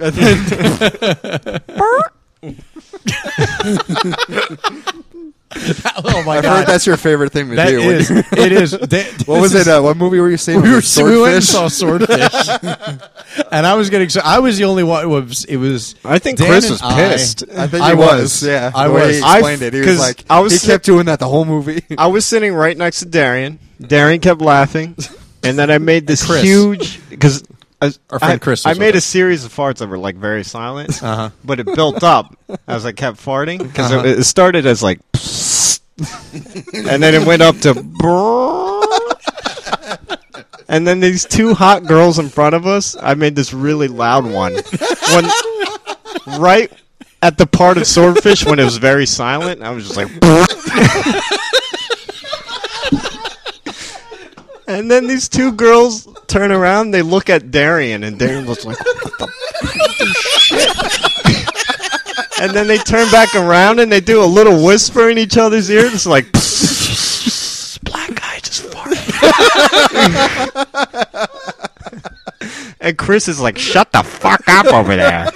And then oh my I've god. heard that's your favorite thing to that do. when is you- it is. that- what was this it? is- Uh, what movie were you seeing? we were with the we went and swordfish? saw swordfish, and I was getting. So I was the only one. It was. It was I think Dan Chris and was I- pissed. I think I he was. was. Yeah, I the way was. He I- explained it. He 'cause was like, I was he sit- kept doing that the whole movie. I was sitting right next to Darian. Darian kept laughing, and then I made this Chris. huge because Our friend Chris I, was with made a us. series of farts that were like very silent, Uh-huh. but it built up as I kept farting because Uh-huh. it, it started as like, psst, and then it went up to, brrrr. and then these two hot girls in front of us. I made this really loud one when right at the part of swordfish when it was very silent. I was just like. And then these two girls turn around, they look at Darian, and Darian looks like, what the shit? And then they turn back around and they do a little whisper in each other's ears. It's like, black guy just farted. and Chris is like, shut the fuck up over there.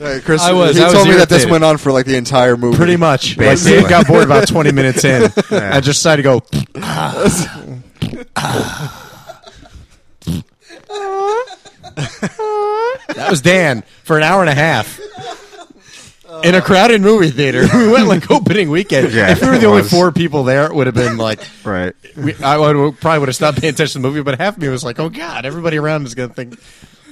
Uh, Chris, I was- He I was told me that this irritated. went on for like the entire movie. Pretty much. Like, Basically. we got bored about 20 minutes in. I just decided to go. that was Dan for an hour and a half. In a crowded movie theater, we went like opening weekend. Yeah, if we were it the only was. four people there, it would have been like Right. we, I would, probably would have stopped paying attention to the movie. But half of me was like, "Oh God, everybody around is going to think,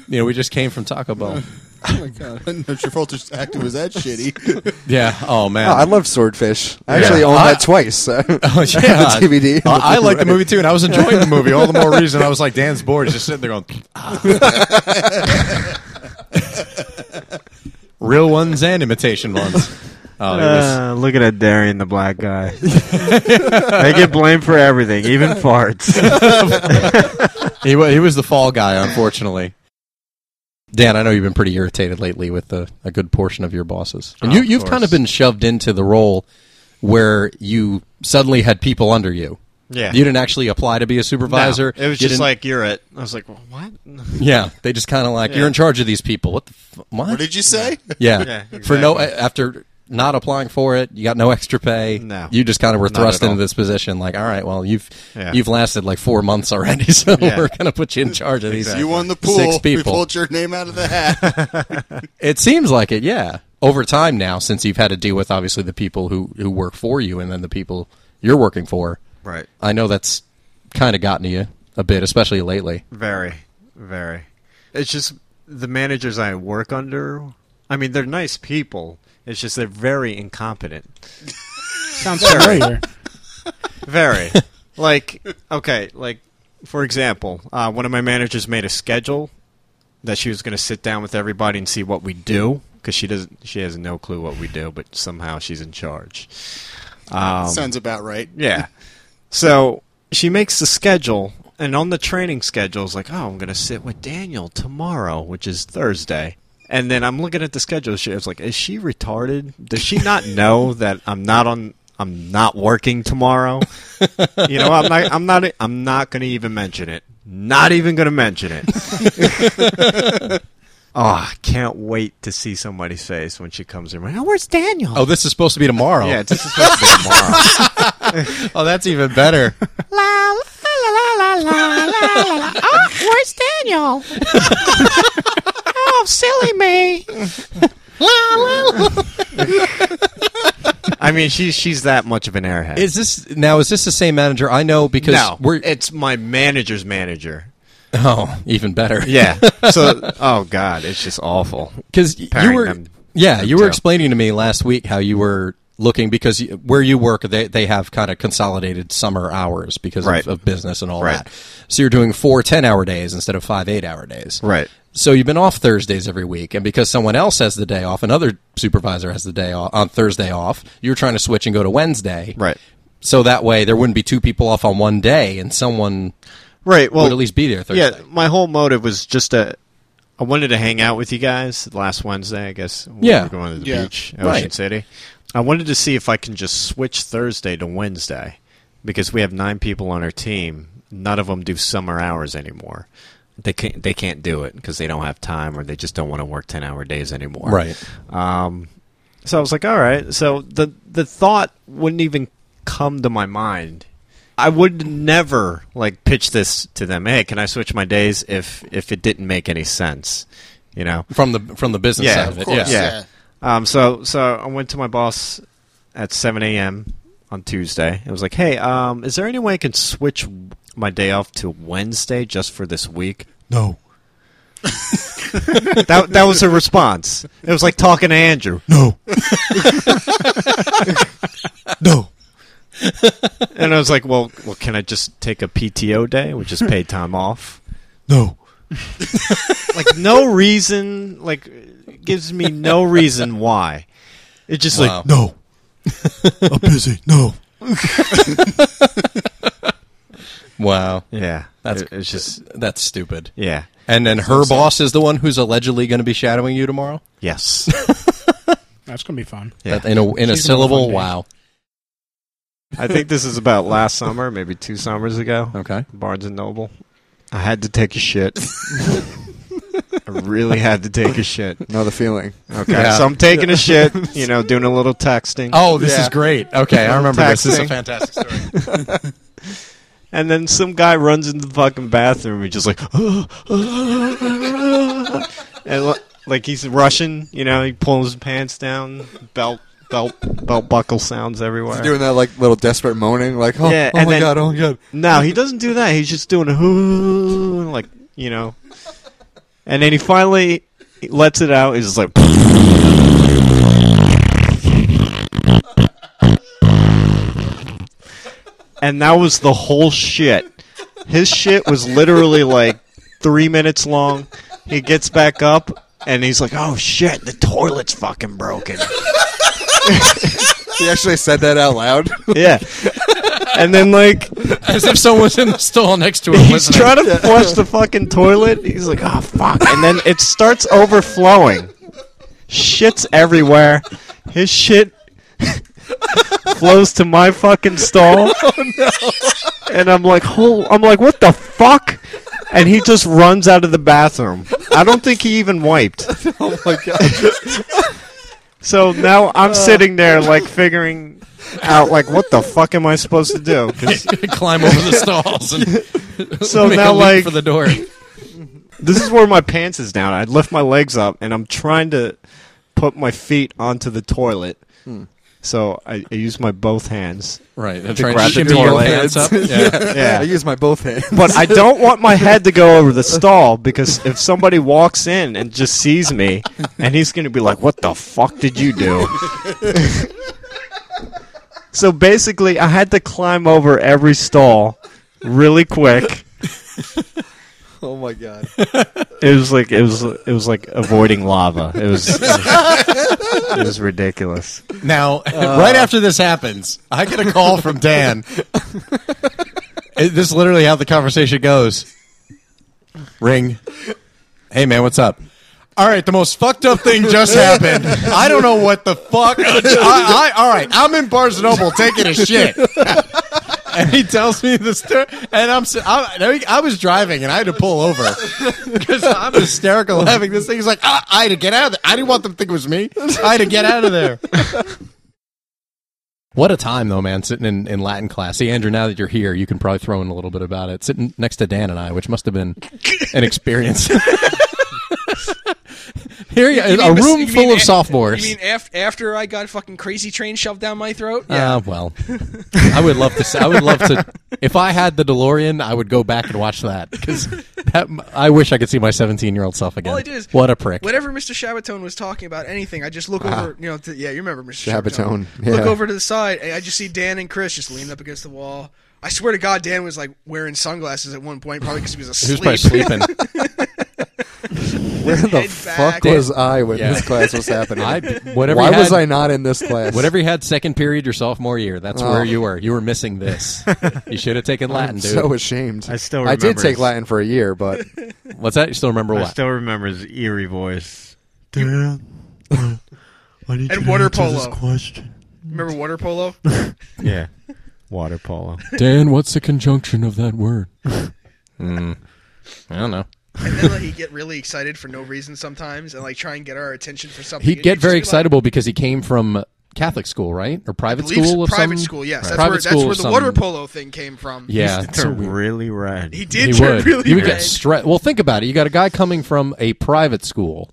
you know, we just came from Taco Bell." Oh my god, I didn't know Travolta's acting was that shitty. Yeah. Oh man, Oh, I love Swordfish. I actually own I- that twice. so. Oh, I yeah. have the DVD. Uh, I liked the movie too, and I was enjoying the movie. All the more reason I was like, Dan's bored. He's just sitting there going, "Ah." real ones and imitation ones. Oh, it was- Uh, look at that Darian, the black guy. they get blamed for everything, even farts. he was he was the fall guy, unfortunately. Dan, I know you've been pretty irritated lately with a, a good portion of your bosses, and Oh, you of you've kind of course. been shoved into the role where you suddenly had people under you. Yeah. You didn't actually apply to be a supervisor. No, it was You just didn't- like you're it. I was like, well, what? yeah, they just kind of like you're in charge of these people. What the f- what did you say? Yeah. Yeah, For no exactly. after not applying for it, you got no extra pay. No. You just kind of were Not thrust at all. into this position like, all right, well, you've Yeah. you've lasted like 4 months already, so Yeah. we're going to put you in charge of these. You won the pool. Six We people. pulled your name out of the hat. It seems like it, yeah. Over time now since you've had to deal with obviously the people who who work for you and then the people you're working for. Right. I know that's kind of gotten to you a bit, especially lately. Very, very. It's just the managers I work under. I mean, they're nice people. It's just they're very incompetent. Sounds familiar. Very. like, okay, like, for example, uh, one of my managers made a schedule that she was going to sit down with everybody and see what we do because she doesn't. She has no clue what we do, but somehow she's in charge. Um, Sounds about right. Yeah. So she makes the schedule, and on the training schedule, it's like, oh, I'm going to sit with Daniel tomorrow, which is Thursday. And then I'm looking at the schedule. She was like, is she retarded? Does she not know that I'm not on? I'm not working tomorrow. You know, I'm not. I'm not. I'm not going to even mention it. Not even going to mention it. oh, I can't wait to see somebody's face when she comes in. Like, oh, where's Daniel? Oh, this is supposed to be tomorrow. yeah, this is supposed to be tomorrow. oh, that's even better. Oh, Where's Daniel? oh, silly me. I mean, she's she's that much of an airhead. Is this now? Is this the same manager? I know because no, we're it's my manager's manager. oh even better. Yeah. so, oh god, it's just awful. because you Pairing were them yeah you were too. explaining to me last week how you were looking because you, where you work they they have kind of consolidated summer hours because Right. of, of business and all Right. that. So you're doing four 10 hour days instead of five eight hour days. Right. So you've been off Thursdays every week, and because someone else has the day off, another supervisor has the day off on Thursday off. You're trying to switch and go to Wednesday. Right. So that way there wouldn't be two people off on one day, and someone Right. Well, would at least be there Thursday. yeah. My whole motive was just to. I wanted to hang out with you guys last Wednesday. I guess. when Yeah. We were going to the Yeah. beach, Ocean Right. City. I wanted to see if I can just switch Thursday to Wednesday because we have nine people on our team. None of them do summer hours anymore. they can't they can't do it because they don't have time or they just don't want to work ten hour days anymore. Right. Um, so I was like, all right. So the the thought wouldn't even come to my mind. I would never like pitch this to them. Hey, can I switch my days if if it didn't make any sense? You know. From the from the business Yeah, side of of it. course, yeah. yeah. Um, so so I went to my boss at 7 a.m. on Tuesday. It was like, hey, um, is there any way I can switch my day off to Wednesday just for this week? No. That that was her response. It was like talking to Andrew. No. no. And I was like, well, well, can I just take a PTO day, which is paid time off? No. Like no reason, like it gives me no reason why. It just Wow. like No. I'm busy. No. Wow. yeah, That's- that's it's just That's stupid. yeah, And then her boss is the one who's allegedly going to be shadowing you tomorrow. yes. That's gonna be fun. Yeah. That- in a in a She's gonna have a syllable. fun day. Wow. I think this is about last summer, maybe two summers ago. Okay. Barnes and Noble. I had to take a shit. I really had to take a shit. Another feeling. Okay, Yeah. so I'm taking a shit. You know, doing a little texting. Oh, this Yeah. is great. Okay, I remember this. This is a Texting. fantastic story. And then some guy runs into the fucking bathroom. He's just like, and li- like he's Russian. You know, he pulls his pants down, belt belt belt buckle sounds everywhere. Doing that like little desperate moaning, like oh, Yeah, oh and my then- god, oh my god. No, he doesn't do that. He's just doing a like you know, and then he finally lets it out. He's just like, and that was the whole shit. His shit was literally like three minutes long. He gets back up and he's like, "Oh shit, the toilet's fucking broken." He actually said that out loud. Yeah, and then like As if someone's in the stall next to him. He's listening. trying to flush the fucking toilet. He's like, oh, fuck. And then it starts overflowing. Shit's everywhere. His shit flows to my fucking stall. Oh, And I'm like, hol- I'm like, what the fuck? And he just runs out of the bathroom. I don't think he even wiped. oh my god. Uh. So now I'm sitting there, like, figuring out, like, what the fuck am I supposed to do? 'Cause- climb over the stalls and So make now, a leap like, for the door. this is where my pants is down. I'd left my legs up, and I'm trying to put my feet onto the toilet. So I, I use my both hands. Right. They're trying to grab the shimmy your toilet. pants up. Yeah. Yeah. I use my both hands. But I don't want my head to go over the stall because if somebody walks in and just sees me, and he's going to be like, "What the fuck did you do?" so basically, I had to climb over every stall really quick. Oh my god. It was like it was it was like avoiding lava. It was it was ridiculous. Now, right after this happens, I get a call from Dan. It- this is literally how the conversation goes. Ring. Hey, man, what's up? All right, the most fucked up thing just happened. I don't know what the fuck. I, I, all right, I'm in Barnes and Noble taking a shit. And he tells me the story, and I'm, si- I, I was driving, and I had to pull over because I'm hysterical having this thing. He's like, I, I had to get out of there. I didn't want them to think it was me. I had to get out of there. What a time, though, man, sitting in, in Latin class. See, Andrew, now that you're here, you can probably throw in a little bit about it. Sitting next to Dan and I, which must have been an experience. here you, You mean a bes- room you full mean of a- sophomores. You mean af- after I got fucking crazy train shoved down my throat? Uh, well, I would love to. I would love to. If I had the DeLorean, I would go back and watch that because that, I wish I could see my 17 year old self again. All I did is- what a prick! Whenever Mr. Shabatone was talking about anything, I just look Ah. over. You know, to, yeah, you remember Mr. Shabatone, Shabatone. yeah. Look over to the side, and I just see Dan and Chris just leaning up against the wall. I swear to God, Dan was like wearing sunglasses at one point, probably because he was Who's asleep. probably sleeping? Where the head fuck back. was I when Yeah. this class was happening? I, whatever. Why he was had- I not in this class? Whatever you had second period your sophomore year, that's Oh. where you were. You were missing this. you should have taken Latin, I'm dude. so ashamed. I still I did remember take his- Latin for a year, but What's that? You still remember I what? still remember his eerie voice. Dan, uh, I need And you to water answer polo. This question. Remember water polo? Yeah. Water polo. Hmm. Dan, what's the conjunction of that word? I don't know. and then like, he'd get really excited for no reason sometimes, and like try and get our attention for something. He'd and get you'd just very be like, excitable because he came from Catholic school, right, or private believe- school? Of private some- school, Right. yes. That's Private where that's school where of the some- water polo thing came from. Yeah, It's really red. he did he turn would. really he would red. get stressed. Well, think about it. You got a guy coming from a private school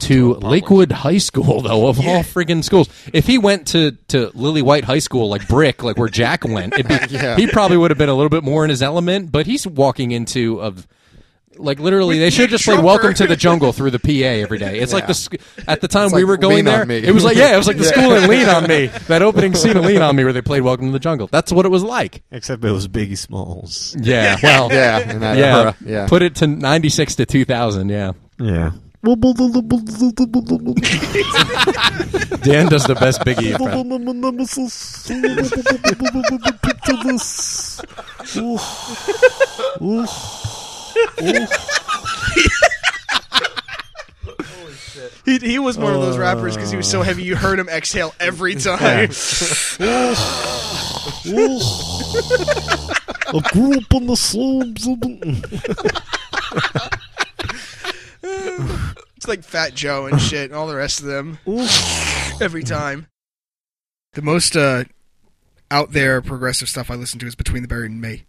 to Lakewood High School, though, of all freaking schools. If he went to, to Lily White High School, like Brick, like where Jack went, it'd be, he probably would have been a little bit more in his element. But he's walking into of like literally, they should Nick just play Trumper. "Welcome to the Jungle" through the PA every day. It's like the sc- at the time It's we like were going Lean there, on Me. it was like yeah, it was like the school in "Lean on Me." That opening scene of "Lean on Me" where they played "Welcome to the Jungle." That's what it was like. Except it was Biggie Smalls. Yeah, well, Yeah, in that yeah. era. Yeah. Put it to 96 to 2000, yeah. Yeah. Dan does the best Biggie effect. He, he was one of those rappers because he was so Uh. heavy you heard him exhale every time. A group on the slopes. of- It's like Fat Joe and shit and all the rest of them. Every time. The most uh, out there progressive stuff I listen to is Between the Barry and Me.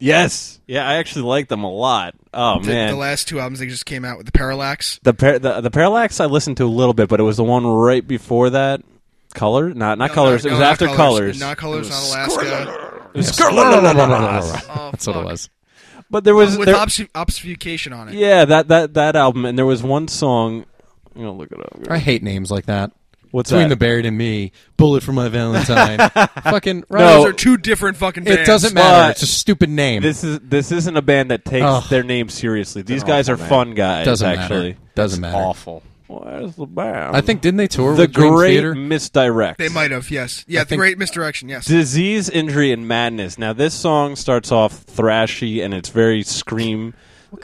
Yes. Yeah, I actually like them a lot. Oh The, man. the last two albums they just came out with the Parallax. The, par- the the Parallax I listened to a little bit, but it was the one right before that. Color? Not not No, colors. no, it was no, not after colors. Not colors, not Alaska. Oh, That's what it was. But there was With there- obfus- obfuscation on it. yeah that that that album, and there was one song. I'm gonna look it up. I hate names like that. What's Between that? the buried and me, bullet for my Valentine. Fucking right. No, Those are two different fucking bands. it doesn't matter. but- It's a stupid name. This is this isn't a band that takes Ugh. their name seriously. These guys are fun guys. doesn't actually, matter. Doesn't matter. awful. Where's the band? I think didn't they tour the with Dream great Theater? misdirect. They might have, yes. Yeah, the think- Great Misdirection, yes. Disease, injury, and madness. Now this song starts off thrashy and it's very scream,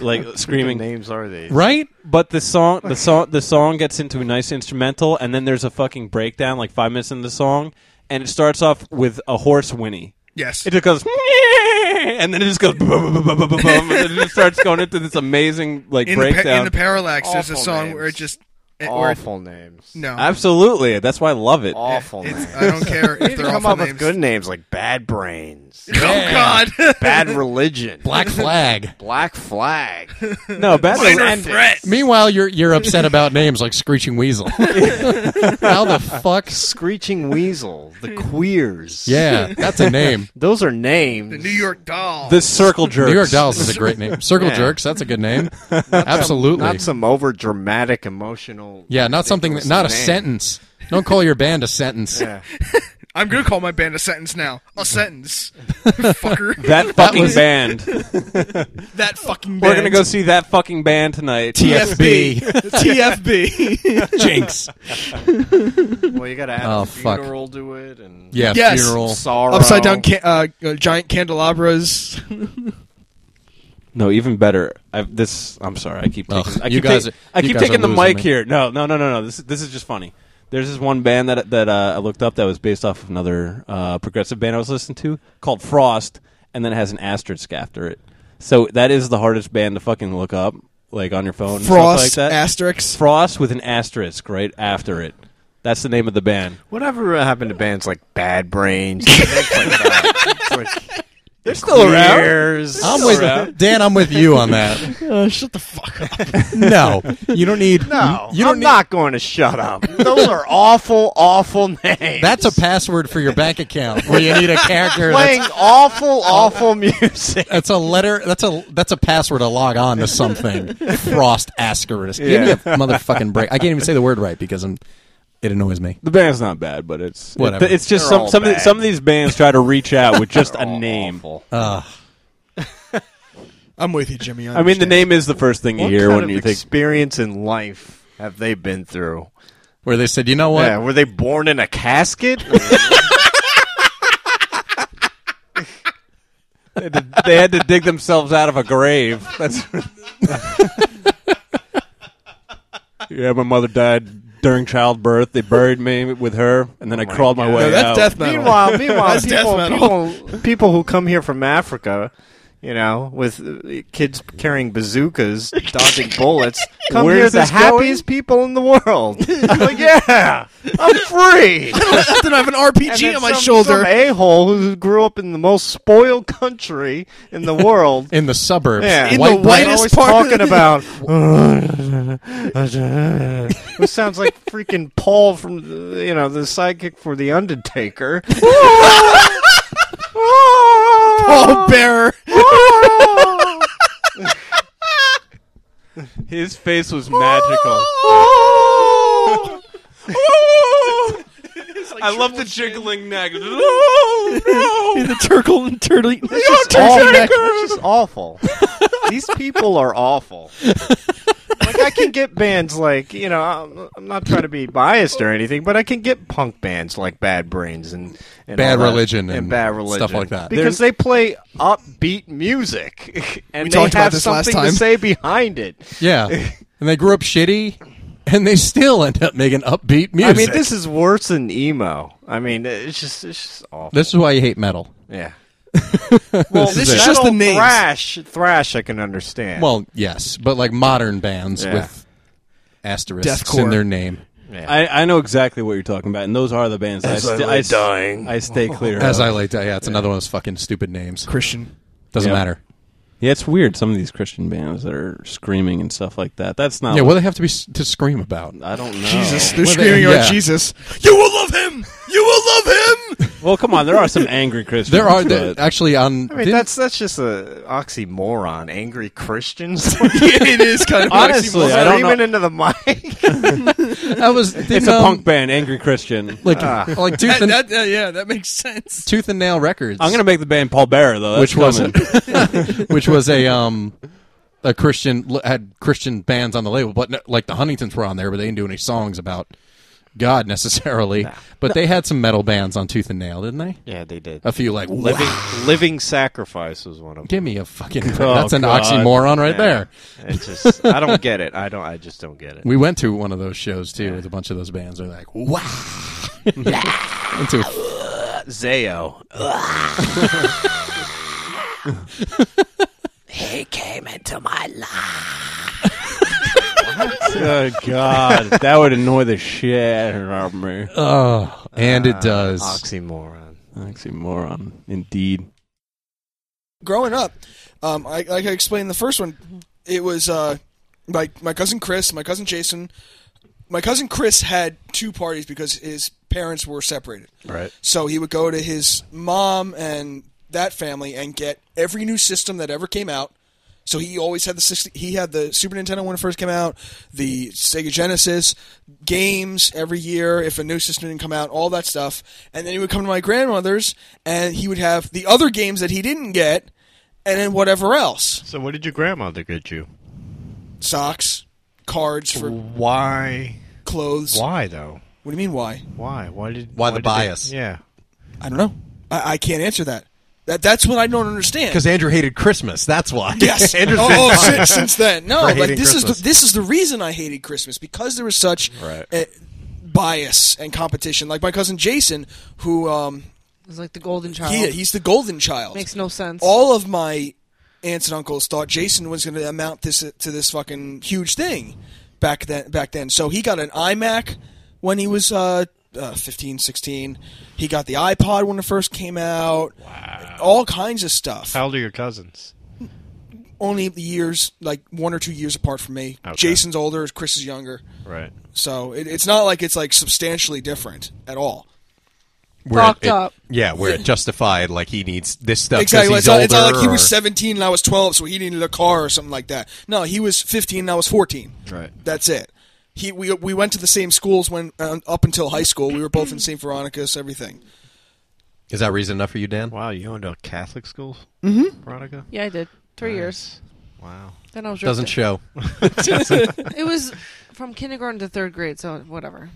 like screaming. names are these? right? But the song, the song, the song gets into a nice instrumental, and then there's a fucking breakdown, like five minutes into the song, and it starts off with a horse whinny. yes. It just goes, and then it just goes, bum, bum, bum, bum, bum, bum, and then it just starts going into this amazing like in, the, pa- breakdown. in the Parallax, there's a Awful song names. where it just. It, where it- Awful names. no. Absolutely, that's why I love it. Awful names. It's, I don't care You need to if they're come awful up names. with good names like Bad Brains, Oh, God. Bad Religion, Black Flag. Black Flag, No, bad. Minor Threat, Meanwhile, you're you're upset about names like Screeching Weasel. How the fuck? Screeching Weasel, The Queers. Yeah, that's a name. Those are names. The New York Doll. This circle jerk. New York Dolls is a great name. Circle Yeah. Jerks, that's a good name. Absolutely. Not some over dramatic emotional. Yeah, not something. That, ridiculous not a name. sentence. Don't call your band a sentence. Yeah. I'm gonna call my band a sentence now. A sentence, fucker. That fucking band. that fucking. We're gonna go see that fucking band tonight. TFB. TFB. Jinx. Well, you got to add Oh, a fuck. funeral to it and Yeah. Yes. Funeral. sorrow. Upside down, ca- uh, uh, giant candelabras. No, even better. I've, this. I'm sorry. I keep. Taking, Ugh, I keep you guys ta- are- I you keep guys taking are the losing mic me. here. No, no, no, no, no. This this is just funny. There's this one band that that uh, I looked up that was based off of another uh, progressive band I was listening to called Frost, and then it has an asterisk after it. So that is the hardest band to fucking look up, like on your phone. and stuff like that. asterisks. Frost with an asterisk right after it. That's the name of the band. Whatever happened to bands like Bad Brains? things like that. It's like They're still Queers. I'm with Dan. I'm with you on that. Oh, shut the fuck up. No, you don't need. No, you don't I'm need. not going to shut up. Those are awful, awful names. That's a password for your bank account where you need a character. playing That's, awful, awful music. that's a letter. That's a that's a password to log on to something. Frost asterisk. Give me a motherfucking break. I can't even say the word right because I'm. It annoys me. The band's not bad, but it's Whatever. It, it's just They're some all some of, the- bad. some of these bands try to reach out with just a name. I'm with you, Jimmy. I mean, the name is the first thing you What hear kind when of you think. experience in life have they been through? Where they said, you know what? Yeah, were they born in a casket? they had to dig themselves out of a grave. That's. yeah, my mother died during childbirth. They buried me with her, and then I crawled my way No, that's out. death metal. meanwhile, meanwhile, That's death people, metal. people, people who come here from Africa, you know, with uh, kids carrying bazookas, dodging bullets. Come Where's here, the this going? happiest people in the world. like, yeah, I'm free. I don't have an And RPG then on my some- shoulder. Some a hole who grew up in the most spoiled country in the world. in the suburbs. Yeah. In White- the whitest always part. talking about. Who sounds like freaking Paul from uh, you know the sidekick for the Undertaker. Oh, bearer. His face was magical. I love the jiggling neck. the turtle and turtle. It's awful. It's just awful. These people are awful. Like I can get bands like you know I'm, I'm not trying to be biased or anything, but I can get punk bands like Bad Brains and, and Bad all that- Religion and, and Bad stuff Religion like that. because they play upbeat music and We they talked about have this last something time. to say behind it. Yeah. and they grew up shitty, and they still end up making upbeat music. I mean, this is worse than emo. I mean, it's just it's just awful. This is why you hate metal. yeah. well, This is it. just the metal names. thrash. Thrash, I can understand. Well, yes, but like modern bands Yeah. with asterisks Deathcore. in their name. I, I know exactly what you're talking about, and those are the bands that I, sta- I s- I stay clear As of. I lay down, yeah, it's another one of those fucking stupid names. Christian. Doesn't Yep. matter. yeah, it's weird. Some of these Christian bands that are screaming and stuff like that. That's not. Yeah, what do they have to be s- to scream about? I don't know. Jesus. They're Well, they- screaming yeah. out Jesus. You will love him. You will love him. Well, come on. There are some angry Christians. There are there, but- actually on. I mean, didn't- that's that's just a oxymoron. Angry Christians. it is kind of honestly, I don't Screaming know. into the mic. that was didn't, It's a um, punk band, angry Christian. like like tooth and That- that- yeah, that makes sense. tooth and nail records. I'm gonna make the band Paul Bearer though. That's which was coming. which was a um a Christian had Christian bands on the label, but no, like the Huntingtons were on there, but they didn't do any songs about God necessarily. But they had some metal bands on Tooth and Nail, didn't they? yeah, they did. A few like Living, wow, living sacrifice was one of them. give me a fucking Oh, that's an God. oxymoron right there. It's just I don't get it. I don't. I just don't get it. We went to one of those shows too with a bunch of those bands. They're like wow, went to a- Zayo. Good God, that would annoy the shit out of me. oh, and it does. Uh, Oxymoron. Oxymoron, indeed. Growing up, um, I, like I explained in the first one, it was uh, my my cousin Chris, my cousin Jason. My cousin Chris had two parties because his parents were separated. Right. So he would go to his mom and that family and get every new system that ever came out. So he always had the 60, he had the Super Nintendo when it first came out, the Sega Genesis, games every year if a new system didn't come out, all that stuff. And then he would come to my grandmother's and he would have the other games that he didn't get and then whatever else. So, what did your grandmother get you? Socks, cards for Why? clothes. Why though? What do you mean why? Why? Why did? Why the did they- bias? yeah. I don't know. I, I can't answer that. That that's what I don't understand. Because Andrew hated Christmas, that's why. Yes. Andrew's oh, been oh, fine. since, since then, no. For Like hating this is Christmas. the, this is the reason I hated Christmas because there was such uh, bias and competition. Like my cousin Jason, who um, It's like the golden child. he, he's the golden child. Oh. Makes no sense. All of my aunts and uncles thought Jason was going to amount this to this fucking huge thing back then. Back then, so he got an iMac when he was uh, uh, 15, 16. He got the iPod when it first came out. Wow! All kinds of stuff How old are your cousins? only the years like one or two years apart from me. Okay. Jason's older, Chris is younger, Right. so it, it's not like it's like substantially different at all. Where it- Fucked it- up. Yeah, where it justified like he needs this stuff. 'cause exactly, he's it's not, it's not older like he or- was 17 and I was 12, so he needed a car or something like that. No, he was 15 and I was 14. Right. That's it. He we we went to the same schools when uh, up until high school. We were both in St. Veronica's, everything. Is that reason enough for you, Dan? Wow, you went to a Catholic school, Veronica. yeah, I did three years. Wow. Then I was Doesn't ripped. show. It was from kindergarten to third grade, so whatever.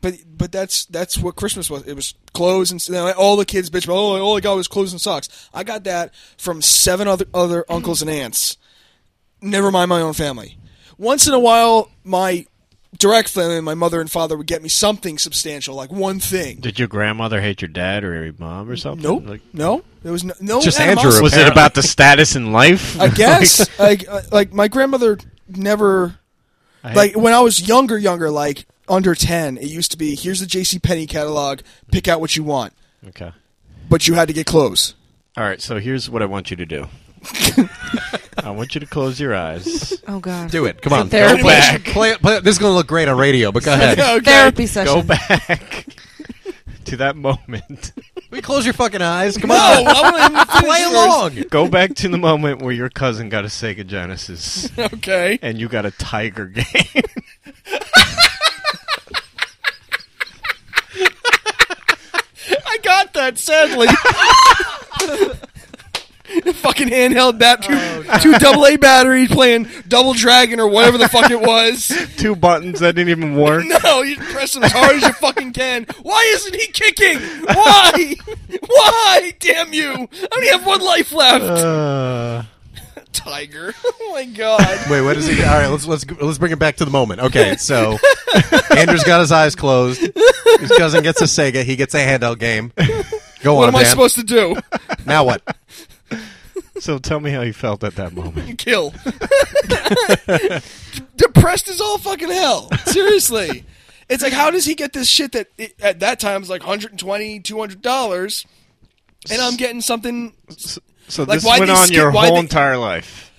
But but that's that's what Christmas was. It was clothes and you know, all the kids bitch. about, Oh, all I got was clothes and socks. I got that from seven other other uncles and aunts. Never mind my own family. Once in a while, my direct family, my mother and father would get me something substantial, like one thing. Did your grandmother hate your dad or your mom or something? Nope. Like, No, there was no. no Just animosity. Andrew, was it about the status in life? I guess. like, uh, like my grandmother never. I- Like when I was younger, younger, like under ten, it used to be here's the J.C. Penney catalog, pick out what you want, okay. but you had to get clothes. All right. So here's what I want you to do. I want you to close your eyes. Oh God. Do it. Come on. Therapy. Go back. Play, play, this is going to look great on radio, but go ahead. Therapy session. Go back to that moment. we close your fucking eyes. Come No, on. I want him to finish Play yours. along. Go back to the moment where your cousin got a Sega Genesis Okay. and you got a Tiger game. I got that, sadly. fucking handheld bat, two, two double A batteries playing Double Dragon or whatever the fuck it was. Two buttons that didn't even work. No, you press them as hard as you fucking can. Why isn't he kicking? Why? Why? Damn you! I only have one life left. Uh, Tiger. Oh my god. Wait, what is he? All right, let's let's let's bring it back to the moment. Okay, so Andrew's got his eyes closed. His cousin gets a Sega. He gets a handheld game. Go What on, am I Dan. supposed to do? now what? so tell me how you felt at that moment. Kill. Depressed as all fucking hell. Seriously. It's like, how does he get this shit that it, at that time was like 120 $200? And I'm getting something So Like, this why'd went they on skip- your why'd whole they- entire life.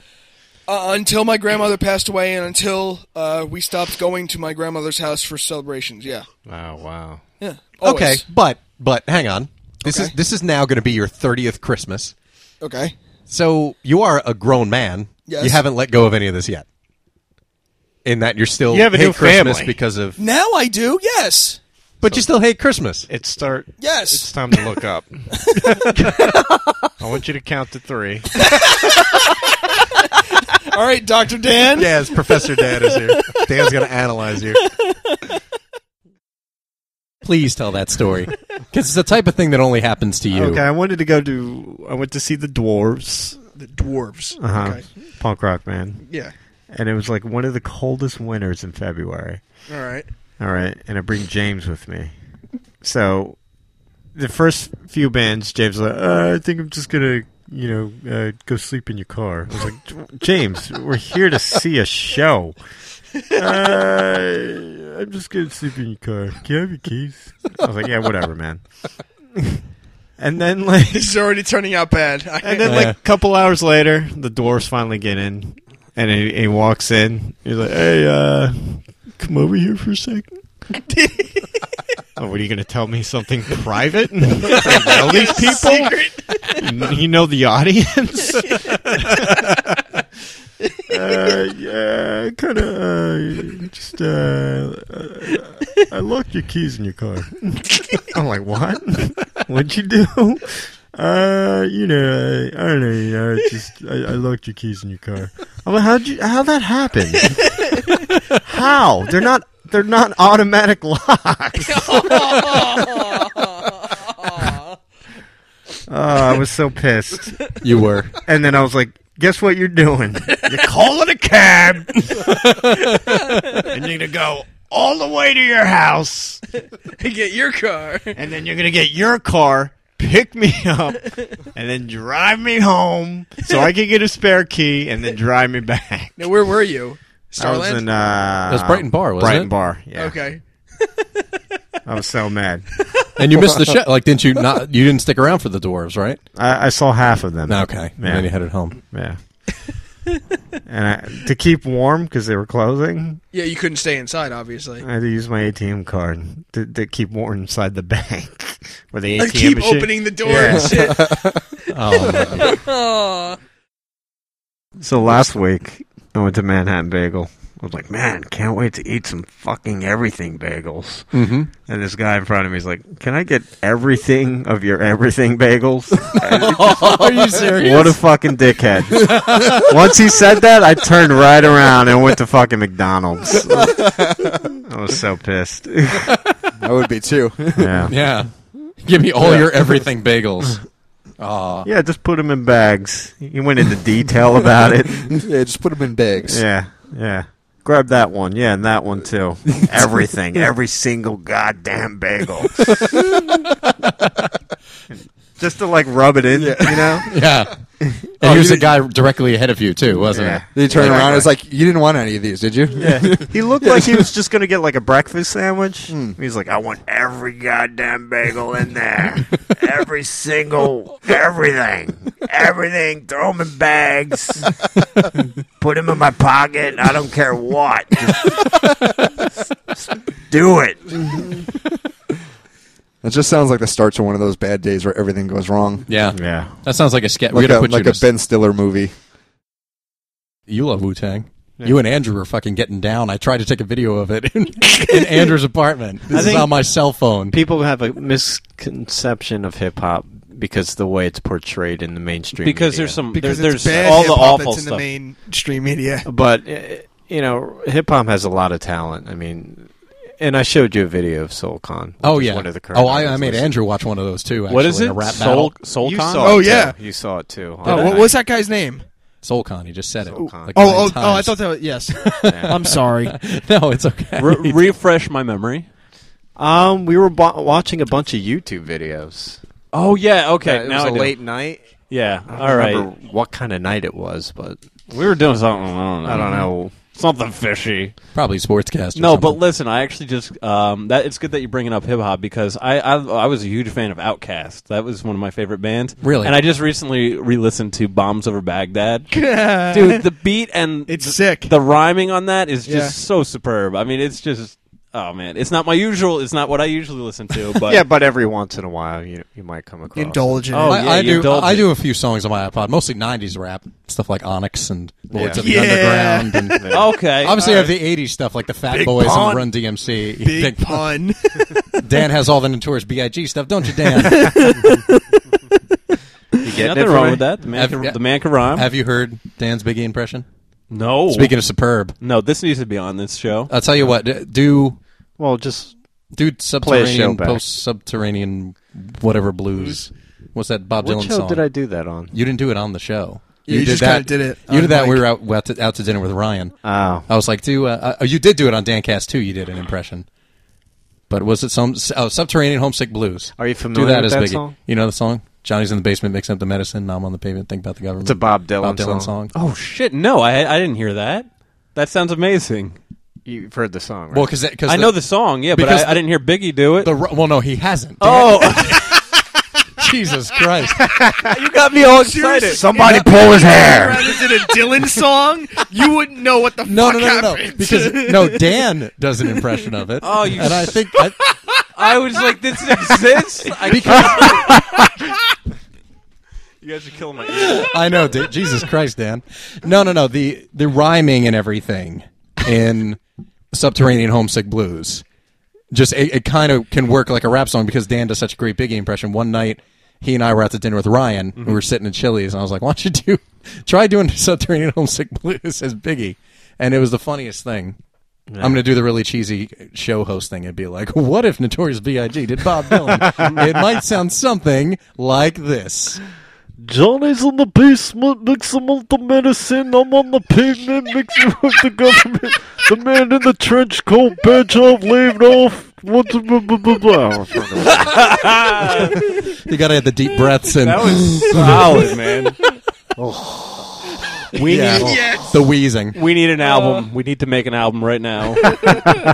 Uh, until my grandmother passed away and until uh, we stopped going to my grandmother's house for celebrations. Yeah. Oh wow. Yeah. Okay, Always. but but hang on. This is Okay. this is now going to be your thirtieth Christmas. Okay. So you are a grown man. Yes. You haven't let go of any of this yet. In that you're still You have a hate new Christmas family. because of, Now I do. Yes. but you still hate Christmas. It start. Yes. It's time to look up. I want you to count to three. All right, Doctor Dan. Yes, Professor Dan is here. Dan's going to analyze you. Please tell that story because it's the type of thing that only happens to you. Okay, I wanted to go to. I went to see the dwarves. The dwarves. Uh-huh. Okay. Punk rock band, Yeah. and it was like one of the coldest winters in February. All right. All right, and I bring James with me. So, the first few bands, James was like, uh, I think I'm just gonna, you know, uh, go sleep in your car. I was like, "J- James, we're here to see a show. Uh, I'm just gonna sleep in your car. Can I have your keys? I was like, Yeah, whatever, man. and then like, This is already turning out bad. I, and then like a couple hours later, the dwarves finally get in, and he, he walks in. He's like, "Hey, uh, come over here for a second. oh, what are you going to tell me something private? you know these people? you know the audience? uh, yeah, kind of. Uh, just uh, uh, I locked your keys in your car. I'm like, what? What'd you do? Uh, you know, I, I don't know. You know, it's just I, I locked your keys in your car. I'm like, how'd you? How that happen? how? They're not. They're not automatic locks. oh, I was so pissed. You were. And then I was like, guess what you're doing? You're calling a cab. and you're going to go all the way to your house. get your car. And then you're going to get your car, pick me up, and then drive me home so I can get a spare key and then drive me back. Now, where were you? I was Starland. in, uh, That was Brighton Bar, wasn't it? Brighton Bar, yeah. Okay. I was so mad. and you missed the show. Like, didn't you? Not you didn't stick around for the dwarves, right? I, I saw half of them. Okay, and Yeah. then you headed home. Yeah. and I, to keep warm because they were closing, Yeah, you couldn't stay inside, obviously. I had to use my ATM card to, to keep warm inside the bank where the I ATM keep machine- opening the door Yeah. and shit. Oh, Oh. So last week I went to Manhattan Bagel. I was like, man, can't wait to eat some fucking everything bagels. mm-hmm. And this guy in front of me is like, can I get everything of your everything bagels? are you serious? what a fucking dickhead! Once he said that, I turned right around and went to fucking McDonald's. I was so pissed. I would be too. Yeah. yeah. Give me all your everything bagels. Aw. Yeah, just put them in bags. He went into detail about it. yeah, just put them in bags. Yeah, yeah. Grab that one, yeah, and that one too. Everything, every single goddamn bagel. Just to like rub it in, you know. Yeah. And Oh, he was you- the guy directly ahead of you too, wasn't Yeah. it? Then you turn Yeah. around. It's like you didn't want any of these, did you? Yeah. He looked like he was just gonna get like a breakfast sandwich. He's like, I want every goddamn bagel in there, every single everything, everything. Throw them in bags, put them in my pocket. I don't care what. Just- just do it. It just sounds like the start to one of those bad days where everything goes wrong. Yeah. Yeah. That sounds like a sketch. We're Like gonna a, put like you. a in Ben Stiller movie. you love Wu Tang. You and Andrew were fucking getting down. I tried to take a video of it in, in Andrew's apartment. This is think- on my cell phone. People have a misconception of hip hop because the way it's portrayed in the mainstream. because there's some Because there- it's there's bad all the hip-hop awful that's in stuff. the mainstream media. but eh, you know, hip hop has a lot of talent. I mean, and I showed you a video of Soul Khan. which Oh is yeah. One of the current oh, I, I artists made listening. Andrew watch one of those too. Actually, what is it? A rap Soul battle. Soul You Con? saw Oh, it, too. yeah. You saw it too. Oh, what was that guy's name? Soulcon. He just said it. Soulcon. like nine Oh, oh, oh! I times. thought that was yes. I'm sorry. No, it's okay. Re- refresh my memory. Um, we were bo- watching a bunch of YouTube videos. Oh yeah, okay. it now was I a do. late night. Yeah. I don't All right. remember what kind of night it was, but We were doing something. I don't know. I don't know. Something fishy. Probably sportscast. or No, but something. listen, I actually just um, that it's good that you're bringing up hip hop because I, I I was a huge fan of Outkast. That was one of my favorite bands. Really? and I just recently re-listened to Bombs Over Baghdad. Dude, the beat and It's the, sick. The rhyming on that is just Yeah. so superb. I mean, it's just oh man, it's not my usual. It's not what I usually listen to. But yeah, but every once in a while, you you might come across. Indulge in Oh, it. I, yeah, I you do. indulge I it. do a few songs on my iPod, mostly '90s rap stuff like Onyx and Lords Yeah. of the Yeah. Underground. And okay, obviously, I all have the '80s stuff like the Fat Big Boys pun. and Run DMC. Big pun. Dan has all the notorious B.I.G. stuff, don't you, Dan? You getting right. nothing it wrong from with me? that. The man, Have- can, yeah. the man can rhyme. have you heard Dan's Biggie impression? no, Speaking of Uh, superb, no, this needs to be on this show. I'll tell you what. d- Do Well, just do show subterranean, back. post subterranean, whatever blues. What's that Bob what Dylan show song? did I do that on? You didn't do it on the show. Yeah, you just that- kinda did it You on did that. when mic. We were out, out, to, out to dinner with Ryan. Oh, I was like, "Do uh, uh, you did do it on Dancast too? You did an impression, but was it some oh, subterranean homesick blues? Are you do familiar that as with that Biggie? song? You know the song? Johnny's in the basement mixing up the medicine. Now I'm on the pavement. Think about the government. it's a Bob Dylan, Bob Dylan song. Oh shit! No, I I didn't hear that. That sounds amazing. You've heard the song, right? Well, because because I know the song, yeah, but because I, I didn't hear Biggie do it. The ru- well, no, he hasn't. oh, Jesus Christ! you got me all excited. somebody pull his hair. Rather than a Dylan song, you wouldn't know what the No, fuck no, no, no, no. happened. Because no, Dan does an impression of it. Oh, you and I think I, I was like, this exists. I because you guys are killing my ear. I know, Da- Jesus Christ, Dan. No, no, no. The the rhyming and everything in subterranean homesick blues. Just it, it kind of can work like a rap song because Dan does such a great Biggie impression. One night, he and I were out to dinner with Ryan. and We were sitting in Chili's, and I was like, "Why don't you do try doing subterranean homesick blues as Biggie?" And it was the funniest thing. I'm going to do the really cheesy show host thing and be like, "What if Notorious B.I.G. did Bob Dylan? it might sound something like this." Johnny's in the basement, mixing with the medicine. I'm on the pavement, mixing with the government. The man in the trench coat, badge off, leaving off. What the blah, blah, blah, blah. You got to have the deep breaths and That was solid, man. Oh. We need the wheezing. we need an album. we need to make an album right now.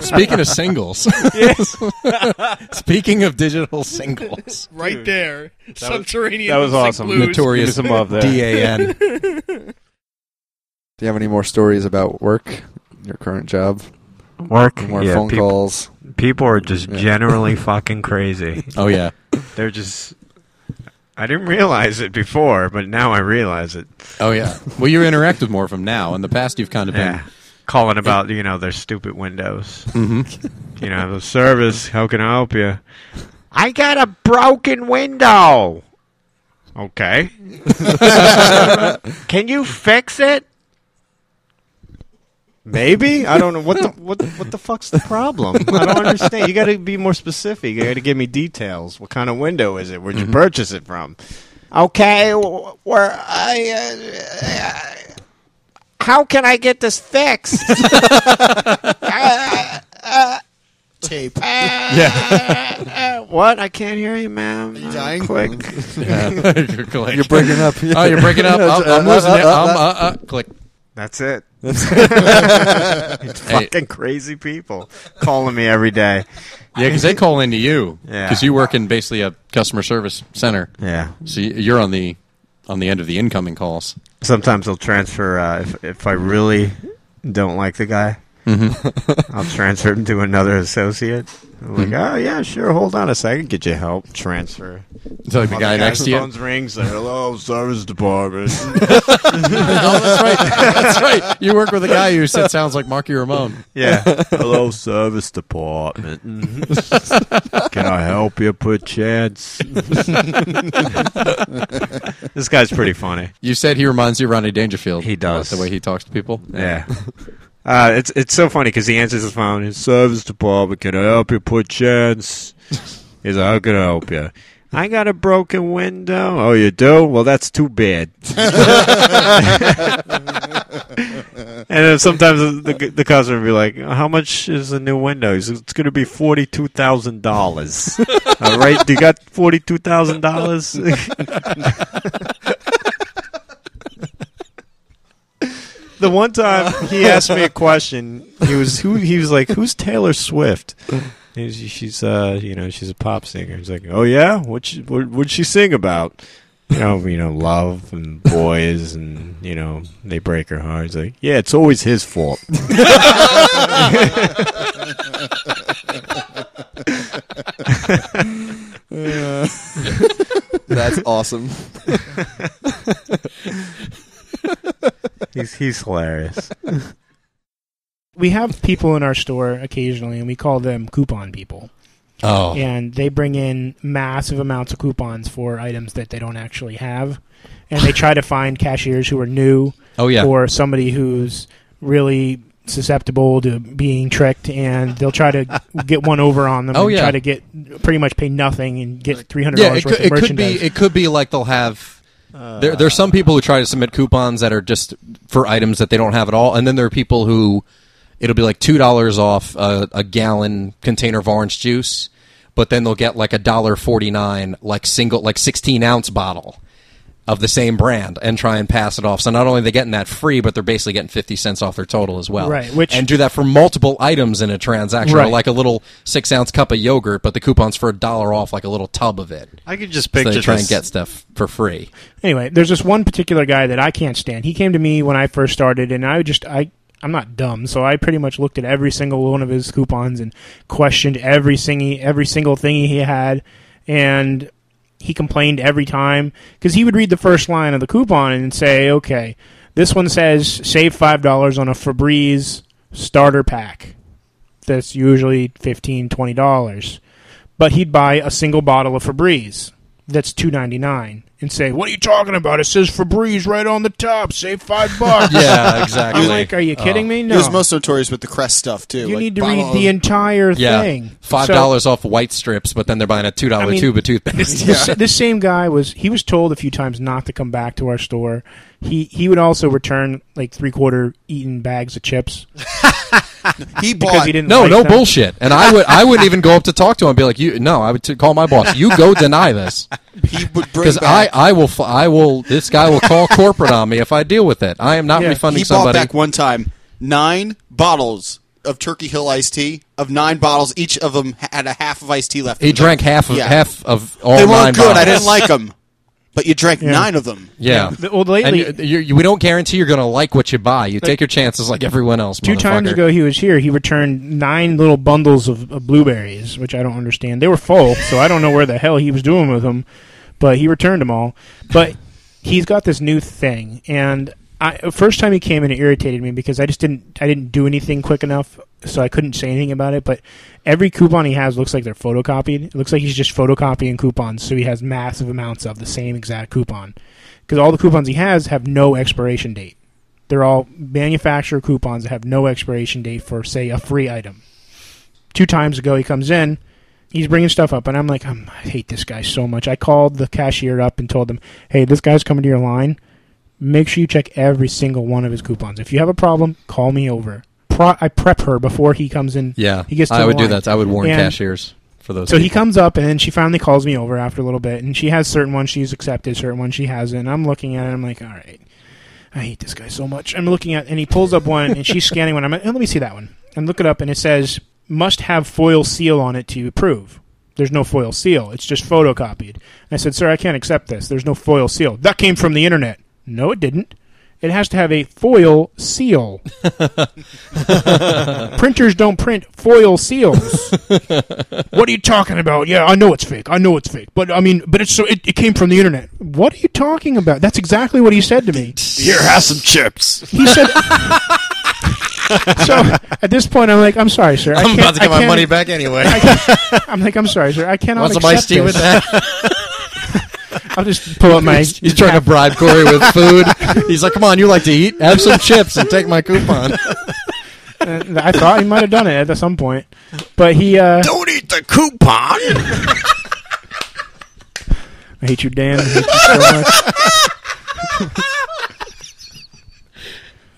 Speaking of singles, speaking of digital singles, right there, subterranean. that was music awesome. Blues. notorious Give me some of that. Dan. Do you have any more stories about work? Your current job? Work, More phone calls? People are just Yeah. generally fucking crazy. Oh yeah, They're just. I didn't realize it before, but now I realize it. oh yeah. Well, you interact with more from now. In the past, you've kind of been. Yeah. Calling about, you know, their stupid windows. Mm-hmm. you know, the service, how can I help you? I got a broken window. Okay. can you fix it? Maybe I don't know what the what the- what the fuck's the problem. I don't understand. You got to be more specific. You got to give me details. What kind of window is it? Where'd you purchase it from? Okay, wh- where I uh, how can I get this fixed? Tape. what? I can't hear you, ma'am. Are dying? Quick. Click. You're breaking up. oh, you're breaking up. I'm, I'm losing it. Um, uh, uh, click. That's it. Hey, Fucking crazy people calling me every day. yeah, because they call into you. Yeah. Because you work in basically a customer service center. Yeah. So y- you're on the on the end of the incoming calls. Sometimes I'll transfer uh, if if I really don't like the guy. Mm-hmm. I'll transfer him to another associate. I'm like, oh yeah, sure. Hold on a second, get you help. Transfer. It's like the guy next to you. Phones rings. Like, Hello, service department. Oh, That's right. That's right. You work with a guy who said sounds like Marky Ramone. yeah. Hello, service department. Can I help you? Put chance. this guy's pretty funny. You said he reminds you of Ronnie Dangerfield. He does. The way he talks to people. Yeah. Uh, it's it's so funny because he answers his phone. His service department, can I help you put chance? He's like, how can I help you? I got a broken window. Oh, you do? Well, that's too bad. and then sometimes the, the customer would be like, how much is a new window? He's like, it's going to be $42,000. All right, do you got $42,000? The one time he asked me a question, he was who he was like, "Who's Taylor Swift?" He was- she's uh, you know, she's a pop singer. He's like, "Oh yeah, what she what would she sing about?" You know, you know, love and boys, and you know, they break her heart. He's like, "Yeah, it's always his fault." That's awesome. He's he's hilarious. We have people in our store occasionally, and we call them coupon people. Oh. And they bring in massive amounts of coupons for items that they don't actually have. And they try to find cashiers who are new Oh yeah. or somebody who's really susceptible to being tricked, and they'll try to get one over on them Oh, and yeah. try to get pretty much pay nothing and get $300 yeah, it worth could, of it could merchandise. be. It could be like they'll have. there, there's some people who try to submit coupons that are just for items that they don't have at all, and then there are people who it'll be like two dollars off a, a gallon container of orange juice, but then they'll get like a dollar forty nine, like single, like sixteen ounce bottle of the same brand, and try and pass it off. So not only are they getting that free, but they're basically getting fifty cents off their total as well. Right, which- and do that for multiple items in a transaction, or Right. like a little six ounce cup of yogurt, but the coupon's for a dollar off, like a little tub of it. I could just So picture they try and this- get stuff for free. anyway, there's this one particular guy that I can't stand. He came to me when I first started, and I just I I'm not dumb, so I pretty much looked at every single one of his coupons and questioned every single every single thing he had, and he complained every time because he would read the first line of the coupon and say, "Okay, this one says save five dollars on a Febreze starter pack." That's usually fifteen twenty dollars, but he'd buy a single bottle of Febreze that's two ninety nine and say, "What are you talking about? It says Febreze right on the top. Save five bucks." Yeah, exactly. Oh. I'm like, "Are you kidding me? He No, was most notorious with the crest stuff too. you like need to bottle read of- the entire yeah, thing." five So- dollars off white strips, but then they're buying a two dollar I mean- tube of toothpaste. This, this same guy was he was told a few times not to come back to our store. He he would also return like three quarter eaten bags of chips He because bought. he didn't. No, like no them. bullshit. And I would, I wouldn't even go up to talk to him. and Be like, you, no, I would t- call my boss. You go deny this he would bring because I, back. I will, f- I will. This guy will call corporate on me if I deal with it. I am not Yeah. refunding he bought somebody. back one time nine bottles of Turkey Hill iced tea. Of nine bottles, each of them had a half of iced tea left. he in them. drank half of Yeah. half of all They nine weren't good. I bottles. didn't like them. But you drank nine of them. Yeah. The- well, lately- and you, you, we don't guarantee you're going to like what you buy. You take your chances like everyone else. Two times motherfucker. ago, he was here. He returned nine little bundles of, of blueberries, which I don't understand. They were full, so I don't know where the hell he was doing with them, but he returned them all. But he's got this new thing, and I first time he came in, it irritated me because I just didn't I didn't do anything quick enough, so I couldn't say anything about it. But every coupon he has looks like they're photocopied. It looks like he's just photocopying coupons, so he has massive amounts of the same exact coupon because all the coupons he has have no expiration date. They're all manufacturer coupons that have no expiration date for, say, a free item. Two times ago, he comes in, he's bringing stuff up, and I'm like, um, I hate this guy so much. I called the cashier up and told them, hey, this guy's coming to your line. make sure you check every single one of his coupons. If you have a problem, call me over. Pro- I prep her before he comes in. Yeah, he gets. To I the would do line. that. I would warn And- cashiers for those. So he people. comes up and she finally calls me over after a little bit, and she has certain ones she's accepted, certain ones she hasn't. I'm looking at it, I'm like, all right, I hate this guy so much. I'm looking at, and he pulls up one, and she's scanning one. I'm like, oh, let me see that one, and look it up, and it says must have foil seal on it to approve. There's no foil seal. It's just photocopied. And I said, sir, I can't accept this. There's no foil seal. That came from the internet. No, it didn't. It has to have a foil seal. Printers don't print foil seals. what are you talking about? Yeah, I know it's fake. I know it's fake. But I mean, but it's so it, it came from the internet. What are you talking about? That's exactly what he said to me. Here, have some chips. He said. so at this point, I'm like, I'm sorry, sir. I I'm can't- about to get I my can't- money back anyway. I can't- I'm like, I'm sorry, sir. I cannot Want some accept iced tea with this. that? I'll just pull up my. He's, he's trying to bribe Corey with food. He's like, "Come on, you like to eat? Have some chips and take my coupon." Uh, I thought he might have done it at some point, but he. Uh, Don't eat the coupon. I hate you, Dan. I hate you so much.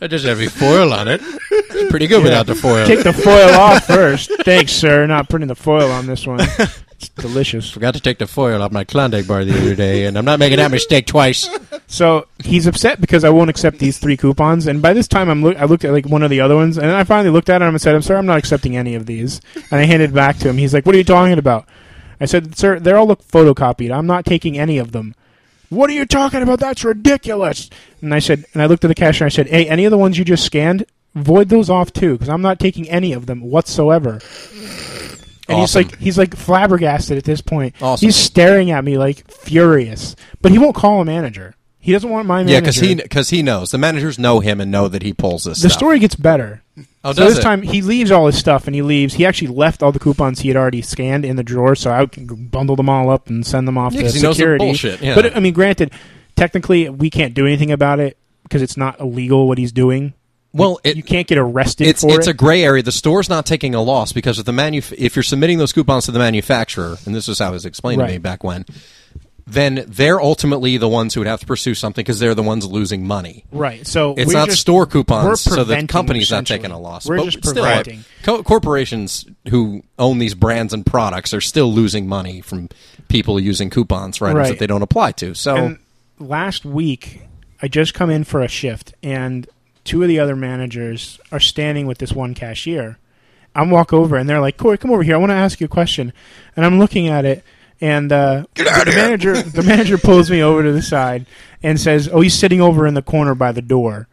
I just have a foil on it. It's pretty good without the foil. Take the foil off first. Thanks, sir. Not putting the foil on this one. It's delicious. Forgot to take the foil off my Klondike bar the other day, and I'm not making that mistake twice. So he's upset because I won't accept these three coupons. And by this time, I'm loo- I looked at like one of the other ones, and I finally looked at him and said, "I'm sorry, I'm not accepting any of these." And I handed it back to him. He's like, "What are you talking about?" I said, "Sir, they're all look photocopied. I'm not taking any of them." What are you talking about? That's ridiculous. And I said, and I looked at the cashier. and I said, "Hey, any of the ones you just scanned, void those off too, because I'm not taking any of them whatsoever." And he's Awesome. like, he's like flabbergasted at this point. Awesome. He's staring at me like furious, but he won't call a manager. He doesn't want my manager. Yeah, because he because he knows the managers know him and know that he pulls this. the stuff. story gets better. Oh, so does this it? time he leaves all his stuff and he leaves. He actually left all the coupons he had already scanned in the drawer, so I can bundle them all up and send them off Yeah, to 'cause he knows they're security. bullshit, yeah. But I mean, granted, technically we can't do anything about it because it's not illegal what he's doing. Well, it, you can't get arrested it's for it's it. a gray area. The store's not taking a loss because if the manuf- if you're submitting those coupons to the manufacturer, and this is how it was explained to me Right. back when, then they're ultimately the ones who would have to pursue something because they're the ones losing money. right. So It's we're not just- store we're coupons, so the preventing, company's not essentially. taking a loss. We're but just still, preventing. co- corporations who own these brands and products are still losing money from people using coupons for items Right. that they don't apply to. So And last week, I just come in for a shift, and two of the other managers are standing with this one cashier. I walk over, and they're like, "Corey, come over here. I want to ask you a question." And I'm looking at it, and uh, the manager, the manager pulls me over to the side and says, "Oh, he's sitting over in the corner by the door."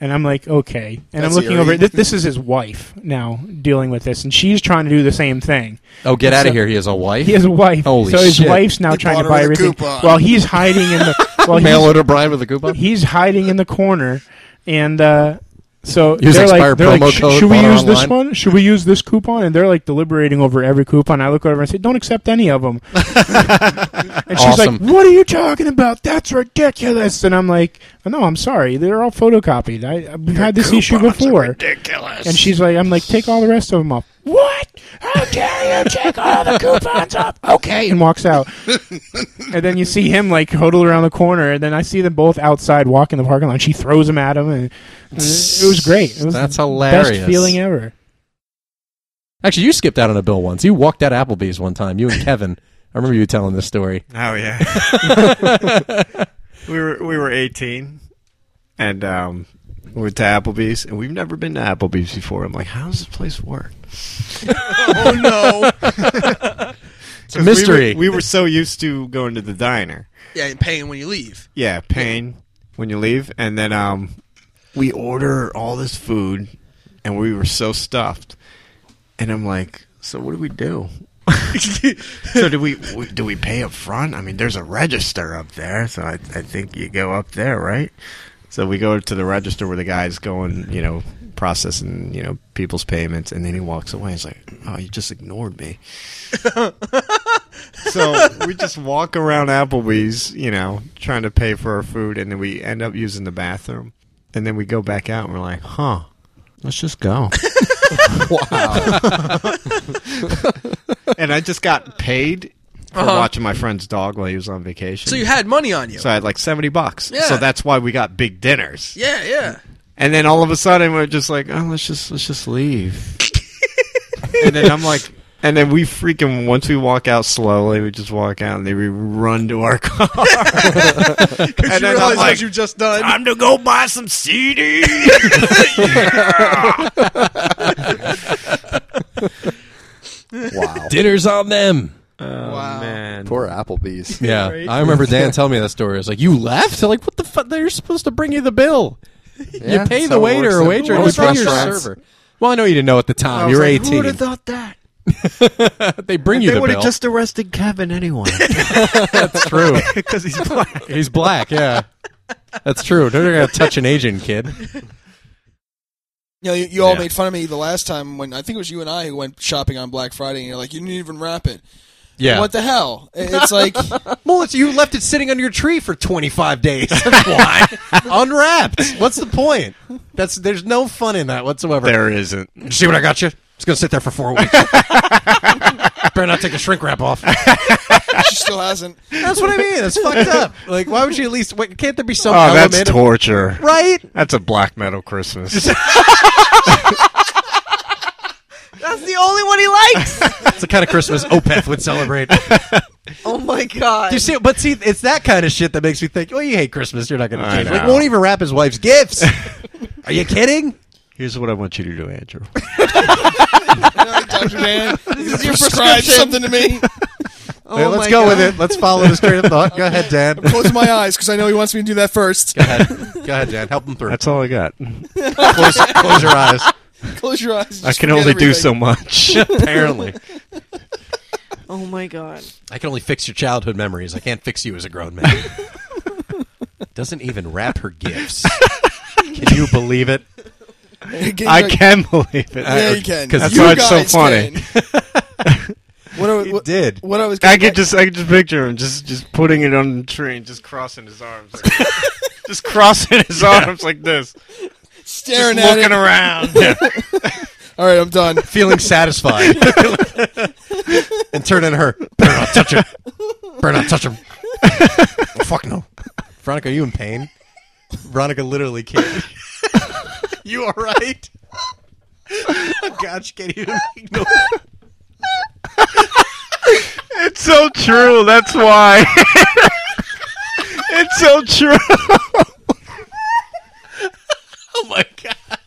And I'm like, okay. And I'm That's looking eerie. over. This, this is his wife now dealing with this, and she's trying to do the same thing. oh, get it's out a- of here! He has a wife. He has a wife, Holy so his shit. wife's now Eh? He trying bought to her buy with a everything coupon. while he's hiding in the while mail he's, order Brian with a coupon. he's hiding in the corner, and uh, so Use they're like, expired they're like promo "Sh- code should we bought use this online?" one? Should we use this coupon? And they're like deliberating over every coupon. I look over and say, don't accept any of them. and she's Awesome. like, what are you talking about? That's ridiculous. And I'm like, no, I'm sorry, they're all photocopied. I, I- we've had this issue before. Ridiculous. And she's like, I'm like, take all the rest of them off. What? How dare you take all the coupons off? Okay. And walks out. and then you see him like hodl around the corner. And then I see them both outside walking the parking lot. She throws them at him. And, and it was great. It was That's the hilarious. Best feeling ever. Actually, you skipped out on a bill once. You walked out Applebee's one time. You and Kevin. I remember you telling this story. Oh yeah. we were we were 18, and um, we went to Applebee's, and we've never been to Applebee's before. I'm like, how does this place work? Oh no! It's a mystery. We were, we were so used to going to the diner. Yeah, and paying when you leave. Yeah, pain when you leave, and then um, we order all this food, and we were so stuffed, and I'm like, so what do we do? so do we, we do we pay up front? I mean, there's a register up there, so I, I think you go up there, right? So we go to the register where the guy's going, you know, processing, you know, people's payments, and then he walks away. He's like, "Oh, you just ignored me." so we just walk around Applebee's, you know, trying to pay for our food, and then we end up using the bathroom, and then we go back out, and we're like, "Huh, let's just go." wow. and I just got paid for Uh-huh. watching my friend's dog while he was on vacation. So you had money on you. So I had like seventy bucks. Yeah. So that's why we got big dinners. Yeah, yeah. And then all of a sudden we're just like, oh, let's just let's just leave. and then I'm like, and then we freaking once we walk out slowly, we just walk out and then we run to our car. and you realize then I'm what like, you just done. Time to go buy some CDs. Wow. Dinner's on them. Oh, wow. Poor Applebee's. Yeah, Right. I remember Dan telling me that story. I was like, "You left? Like, what the fuck? They're supposed to bring you the bill. Yeah, you pay the that's how it works waiter or in waiter, and you most bring your restaurants. server." Well, I know you didn't know at the time. You were eighteen. thought that? they bring you they the would bill. have just arrested Kevin anyway. That's true. Because he's black. He's black. Yeah, that's true. They're not gonna touch an Asian kid. You know, you, you all Yeah. made fun of me the last time when I think it was you and I who went shopping on Black Friday, and you're like, you didn't even wrap it. Yeah. What the hell? It- It's like, Well, it's, you left it sitting under your tree for 25 days. That's why. Unwrapped. What's the point? That's There's no fun in that whatsoever. there isn't. See what I got you? It's going to sit there for four weeks. Better not take a shrink wrap off. she still hasn't. That's what I mean. That's fucked up. Like, why would you at least. Wait, can't there be some Oh, that's element of- torture. Right? That's a black metal Christmas. That's the only one he likes. It's the kind of Christmas Opeth would celebrate. Do oh my god. you see? But see, it's that kind of shit that makes me think, well, you hate Christmas. You're not going to I change. Like, know. won't even wrap his wife's gifts. Are you kidding? Here's what I want you to do, Andrew. Dr. Dan, this is your prescribe prescription. something to me. Oh Hey, let's my go God. with it. Let's follow this train of thought. Go ahead, Dan. Go Close my eyes because I know he wants me to do that first. ahead. Go ahead, Dan. Help him through. That's all I got. close, close your eyes. Close your eyes. I just can forget only do everything. so much. Apparently, Oh my god. I can only fix your childhood memories. I can't fix you as a grown man. Doesn't even wrap her gifts. Can you believe it? Again, I like, can believe it. Yeah, you can. 'cause that's Because you why guys it's so funny. Can. what, I, You what, did. what I was I could just, I could just picture him just, just putting it on the tree and just crossing his arms, like, just crossing his arms like this, staring just at looking it. around. All right, I'm done. Feeling satisfied and turning to her. Better not touch him. Better not touch him. Oh, fuck no. Veronica, are you in pain? Veronica literally can't. you all right? God, she can't even. No. It's so true. That's why. it's so true. Oh my god.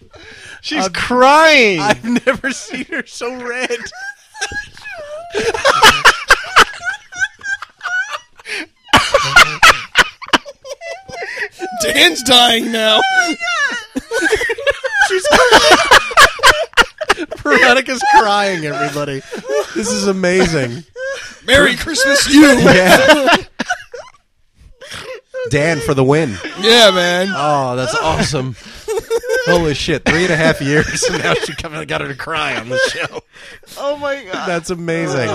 She's crying. I've never seen her so red. Dan's dying now. Veronica's crying, everybody. This is amazing. Merry Christmas, you. Yeah. Dan for the win. yeah, man. Oh, that's awesome. Holy shit. Three and a half years, and now she come, got her to cry on the show. Oh my god. Uh. That's amazing.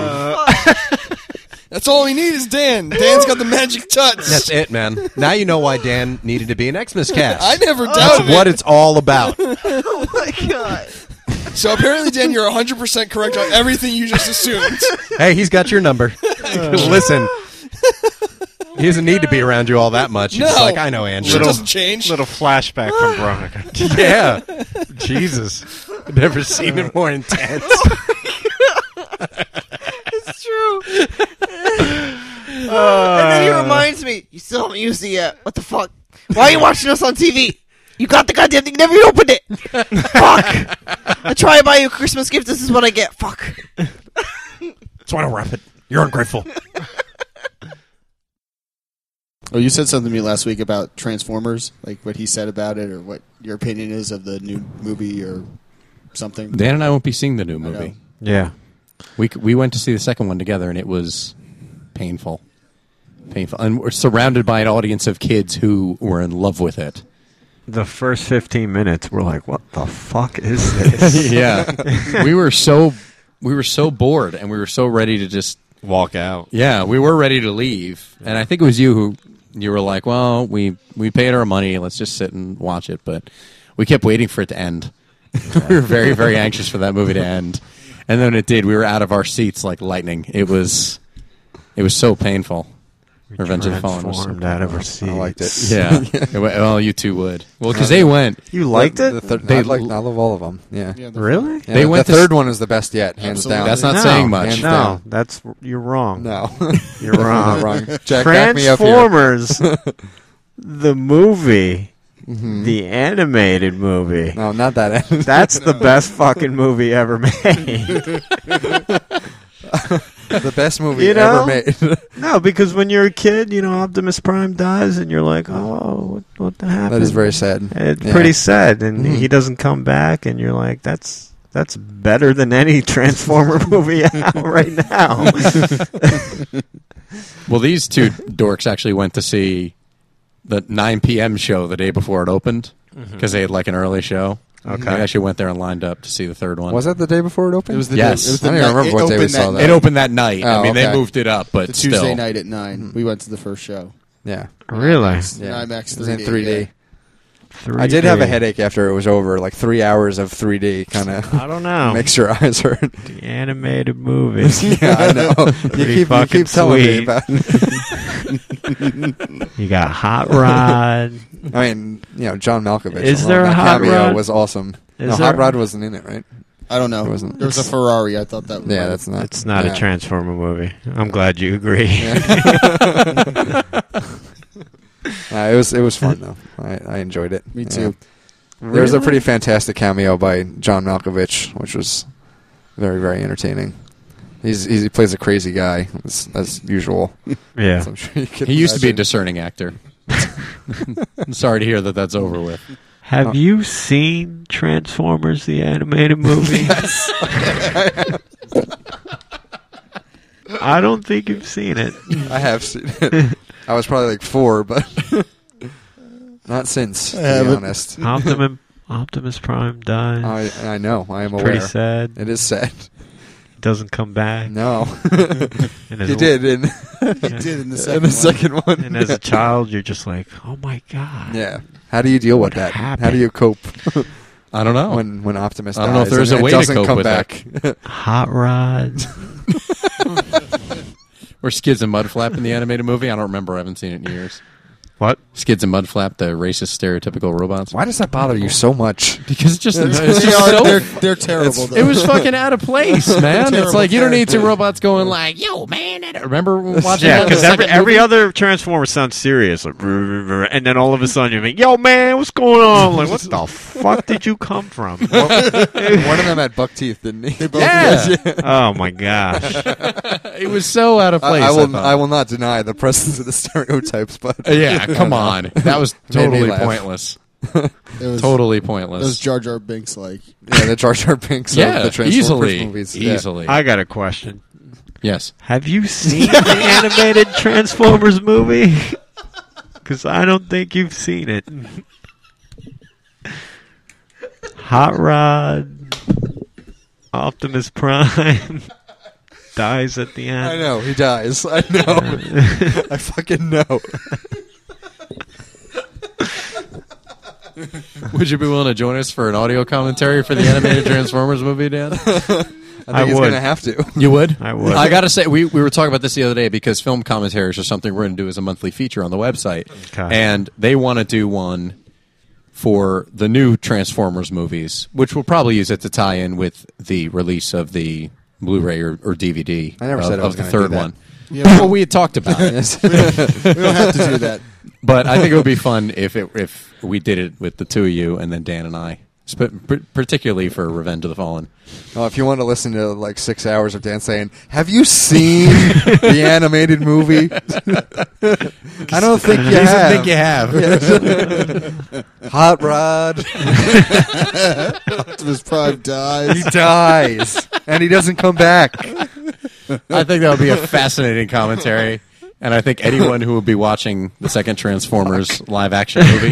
That's all we need is Dan. Dan's got the magic touch. that's it, man. Now you know why Dan needed to be an Xmas cast. I never That's doubted what it's all about. Oh my god. it. So apparently, Dan, you're 100% correct on everything you just assumed. Hey, he's got your number. Uh. Listen. He doesn't need to be around you all that much. He's just No. like, I know, Andrew. Shit doesn't change. Little flashback from Veronica. Yeah. Jesus. I've never seen it more intense. It's true. and then he reminds me, you still haven't used it yet. What the fuck? Why are you watching us on TV? You got the goddamn thing, never even opened it. fuck. I try to buy you a Christmas gift. This is what I get. Fuck. That's why I don't wrap it. You're ungrateful. Oh, you said something to me last week about Transformers, like what he said about it, or what your opinion is of the new movie or something. Dan and I won't be seeing the new know. movie. Yeah. We c- we went to see the second one together, and it was painful, painful. And we're surrounded by an audience of kids who were in love with it. The first 15 minutes, we're like, what the fuck is this? Yeah, we were so we were so bored, and we were so ready to just Walk out. yeah, we were ready to leave. And I think it was you who you were like, well, we we paid our money, let's just sit and watch it. But we kept waiting for it to end. we were very very anxious for that movie to end, and then when it did. We were out of our seats like lightning. It was It was so painful. Revenge of the Fallen was so Transformed out of her painful. I liked it. seeds. Yeah. It wa- well, you two would. Well, because they went. You liked it? The third- They- I, liked, I love all of them. Yeah. Yeah, the- Really? Yeah, They the, went the to s- third one is the best yet, hands down. That's not No, saying much. hands no, down. that's you're wrong. No. you're wrong. Not wrong. Jack, back me up here. Transformers, the movie, the animated movie. Mm-hmm. No, not that. That's the best fucking movie ever made. the best movie you know? ever made. no, because when you're a kid, you know Optimus Prime dies, and you're like, oh, what, what the happened? that is very sad. It's Yeah. pretty sad, and Mhm. he doesn't come back, and you're like, that's that's better than any Transformer movie out right now. Well, these two dorks actually went to see the 9 p.m. show the day before it opened because Hmm. they had like an early show. Okay. They actually went there and lined up to see the third Mm-hmm. one. Was that the day before it opened? It was the Yes. Day, it was the I don't even night- remember it what day we opened saw that that. It night. opened that night. I Oh, mean, they okay. moved it up, but the still. Tuesday night at nine. We went to the first show. Yeah. really? yeah. In IMAX It was in 3D, 3D. yeah. I did have a headache after it was over, like three hours of 3D kind of I don't Oh. know. makes your eyes hurt. The animated movie. yeah, I know. You Pretty keep, you fucking keep telling sweet. me about. you got Hot Rod. I mean, you know, John Malkovich. Is alone, there a that Hot cameo Rod? Was awesome. Is no, there- Hot Rod wasn't in it, right? I don't know. It There wasn't- was a Ferrari. I thought that. Yeah, that's not. It's not yeah. a Transformer movie. I'm glad you agree. Yeah. Uh, it was it was fun though. I, I enjoyed it. Me Yeah. too. There was a Really? pretty fantastic cameo by John Malkovich, which was very very entertaining. He's, he's he plays a crazy guy as, as usual. Yeah. So I'm sure you could He used to be a imagine. discerning actor. I'm sorry to hear that that's over with. Have you seen Transformers the animated movie? I don't think you've seen it. I have seen it. I was probably like four, but not since. To be haven't. honest, Optimum, Optimus Prime dies. I I know I am aware. Pretty sad. It is sad. Doesn't come back. No, And as he a- did in, It did in the in second. the one. second one. And as a child, you're just like, oh my god. yeah, how do you deal with What that? How do happened? you cope I don't know. when when Optimus? I don't know if dies there's and a it way to doesn't cope come with back. Hot Rod. or Skids and Mudflap in the animated movie. I don't remember. I haven't seen it in years. what? Skids and Mudflap, the racist stereotypical robots. Why does that bother you so much? Because it's just, it's they just are, so they're, they're terrible. though. It was fucking out of place, man. it's Terrible like you don't need two character. robots going like, "Yo, man!" I don't remember watching Yeah, that in the because every, second every movie? other Transformer sounds serious, like, "Brr, brr, brr," and then all of a sudden you're like, "Yo, man, what's going on?" I'm like, what the fuck did you come from? One one of them had buck teeth, didn't he? yeah, oh my gosh! it was so out of place. I, I will. thought. I, will not deny the presence of the stereotypes, but Uh, Yeah, come on, that was Made me totally laugh. pointless. It was, Totally It was pointless. Jar Jar Binks like. yeah, the Jar Jar Binks of yeah, the Transformers easily, movies. Yeah. easily. I got a question. Yes, Have you seen the animated Transformers movie? Because I don't think you've seen it. Hot Rod, Optimus Prime dies at the end. I know he dies. I know. I fucking know. would you be willing to join us for an audio commentary for the animated Transformers movie, Dan? I think I he's would. gonna have to. You would. I would. I gotta say, we, we were talking about this the other day because film commentaries are something we're gonna do as a monthly feature on the website, Okay. and they want to do one for the new Transformers movies, which we'll probably use it to tie in with the release of the Blu-ray or, or DVD I never of, said I of was the gonna do third that. one. Yeah, well, we had talked about it, We don't have to do that. but I think it would be fun if it, if we did it with the two of you and then Dan and I, Sp- p- particularly for Revenge of the Fallen. Oh, if you want to listen to like six hours of Dan saying, "Have you seen the animated movie?" I don't think you have. think you have. Hot Rod, Optimus Prime he dies. dies, and he doesn't come back. I think that would be a fascinating commentary. And I think anyone who would be watching the second Transformers live action movie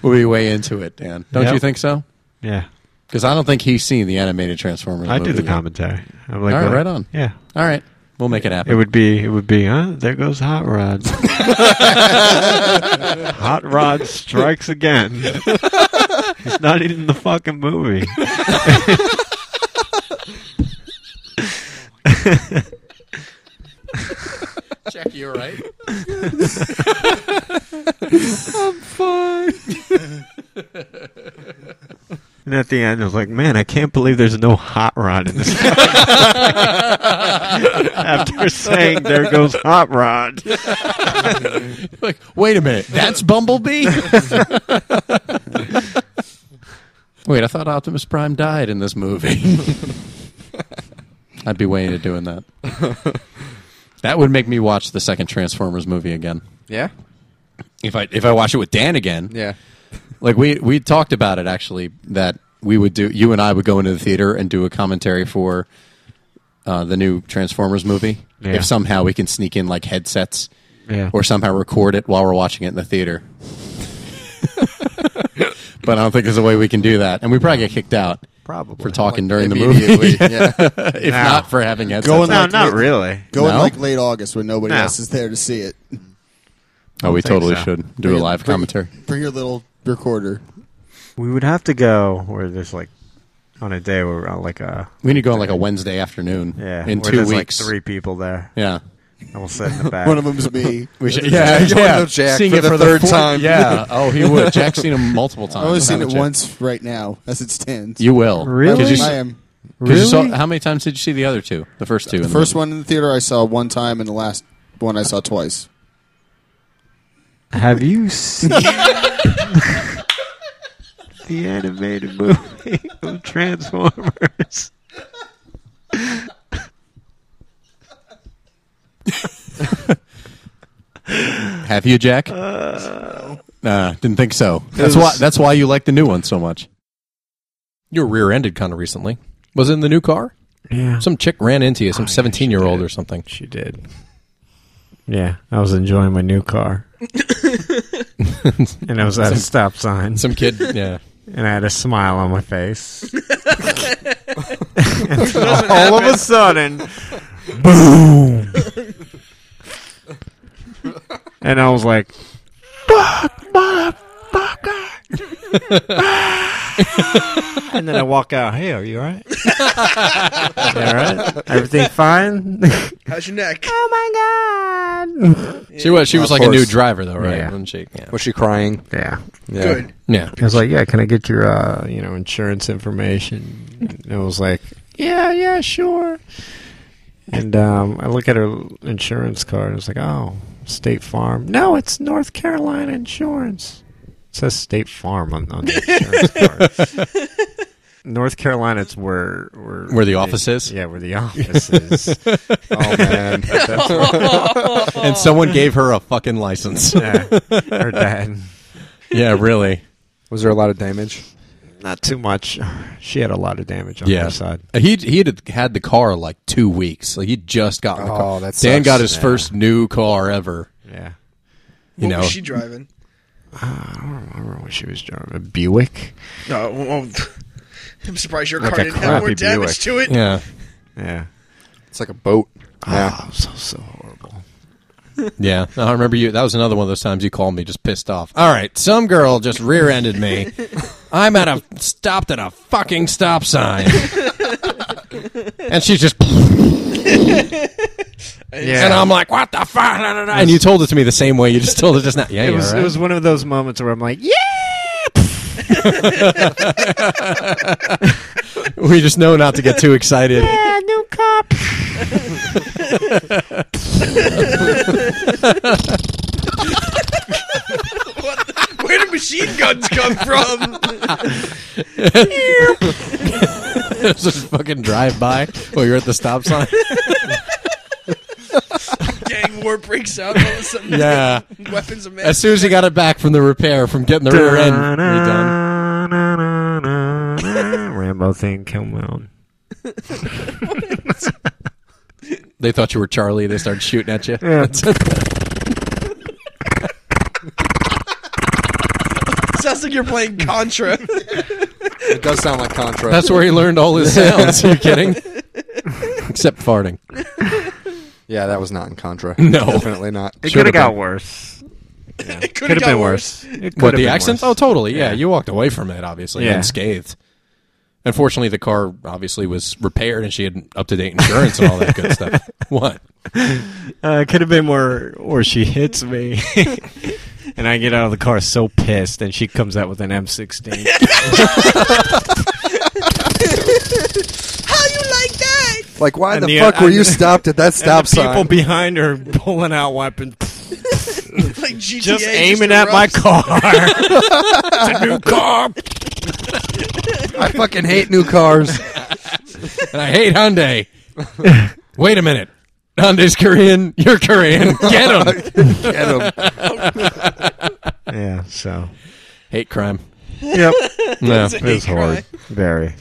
will be way into it, Dan. Don't Yep. you think so? Yeah, Because I don't think he's seen the animated Transformers I do movie the yet. commentary. I'm like, All right, what- right on. Yeah, All right. We'll make it happen. it would be, it would be. Huh? There goes Hot Rod. Hot Rod strikes again. He's not even in the fucking movie. Jack, you all right? I'm fine. And at the end, I was like, man, I can't believe there's no hot rod in this. After saying, there goes hot rod. like, wait a minute, that's Bumblebee. wait, I thought Optimus Prime died in this movie. I'd be way into doing that. That would make me watch the second Transformers movie again. Yeah? If I if I watch it with Dan again, Yeah. like we we talked about it actually that we would do you and I would go into the theater and do a commentary for uh, the new Transformers movie. Yeah. If somehow we can sneak in like headsets, Yeah. or somehow record it while we're watching it in the theater. but I don't think there's a way we can do that, and we probably get kicked out Probably for talking during the immediately, movie. yeah. if No. not for having headsets, Go in on. like No, not late- really. No? Go in like late August when nobody No. else is there to see it. oh, we I think totally so. should Bring do a your- live bring- commentary. Bring your little recorder. We would have to go where there's like on a day where we're on like a We need to go on like a Wednesday afternoon. yeah in where two there's, weeks. like three people there. Yeah. and we'll sit in the back. One of them's me. We should, yeah, Yeah, you wanna yeah. know Jack Seeing for it the for third the fourth- time. Yeah. Oh, he would. Jack's seen him multiple times. I've only seen it haven't you? once right now, as it stands. You will. Really? 'Cause you s- I am. 'cause you saw- Really? how many times did you see the other two? The first two. The first one in the theater I saw one time, and the last one I saw twice. Have you seen the animated movie of Transformers? Have you, Jack? Nah, didn't think so. That's why. That's why you like the new one so much. You were rear-ended kind of recently. Was it in the new car? Yeah. Some chick ran into you, some seventeen-year-old or something. She did. Yeah, I was enjoying my new car. and I was at Some- a stop sign. some kid- yeah. And I had a smile on my face. Doesn't all of happen. a sudden, boom. and I was like, and then I walk out, hey, are you all right? You all right? Everything fine? How's your neck? Oh my god. She was. She was like a new course. driver, though, right? Yeah. Wasn't she? Yeah. Was she crying? Yeah. yeah. Good. Yeah. I was like, yeah, can I get your, uh, you know, insurance information? And it was like, yeah, yeah, sure. and um, I look at her insurance card. and It's like, oh, State Farm. No, it's North Carolina Insurance. It says State Farm on, on the insurance card. North Carolina, it's where where Where the office is? Yeah, where the office is. oh man, That's- and someone gave her a fucking license. Yeah, her dad. Yeah, really. Was there a lot of damage? Not too much. She had a lot of damage on Yeah. Uh, her side. He he had had the car like two weeks. Like he just got the Oh, car. that Dan sucks. got his Yeah. first new car ever. Yeah. You know, was she driving? I don't remember what she was driving. A Buick. No, well, I'm surprised your Like car a didn't have more crappy damage to Buick. it. Yeah. Yeah. It's like a boat. Yeah. Ah, so so horrible. Yeah, No, I remember you. That was another one of those times you called me just pissed off. All right, some girl just rear-ended me. I'm at a stopped at a fucking stop sign, and she's just. Yeah. And I'm like, what the fuck? Da, da, da. And you told it to me the same way you just told it just now. Yeah, it yeah, was right. it was one of those moments where I'm like, yeah. we just know not to get too excited. Yeah, new cop. What the- Where did machine guns come from? it was just fucking drive by while you're at the stop sign. Gang war breaks out all of a sudden. Yeah. Weapons of mass. As soon as he got it back from the repair, from getting the rear end redone. Rambo thing, Kill Moon. They thought you were Charlie. They started shooting at you. Yeah. Sounds like you're playing Contra. It does sound like Contra. That's where he learned all his sounds. Are you kidding? Except farting. Yeah, that was not in Contra. No. Definitely not. It Should've coulda got been. worse. it Could have been worse. It could What, have the been accent? worse. Oh, totally. Yeah. you walked away from it, obviously, Yeah. unscathed. Unfortunately, the car obviously was repaired, and she had up to date insurance and all that good stuff. What? Uh, it could have been where where she hits me, and I get out of the car so pissed, and she comes out with an M16. How you like that? Like, why And the, fuck were and you the- stopped at that stop and the People sign? behind her pulling out weapons, like GTA just aiming at my car. it's a new car. I fucking hate new cars. And I hate Hyundai. Wait a minute. Hyundai's Korean. You're Korean. Get him. Yeah, so Hate crime. yep, No, it was hard, very.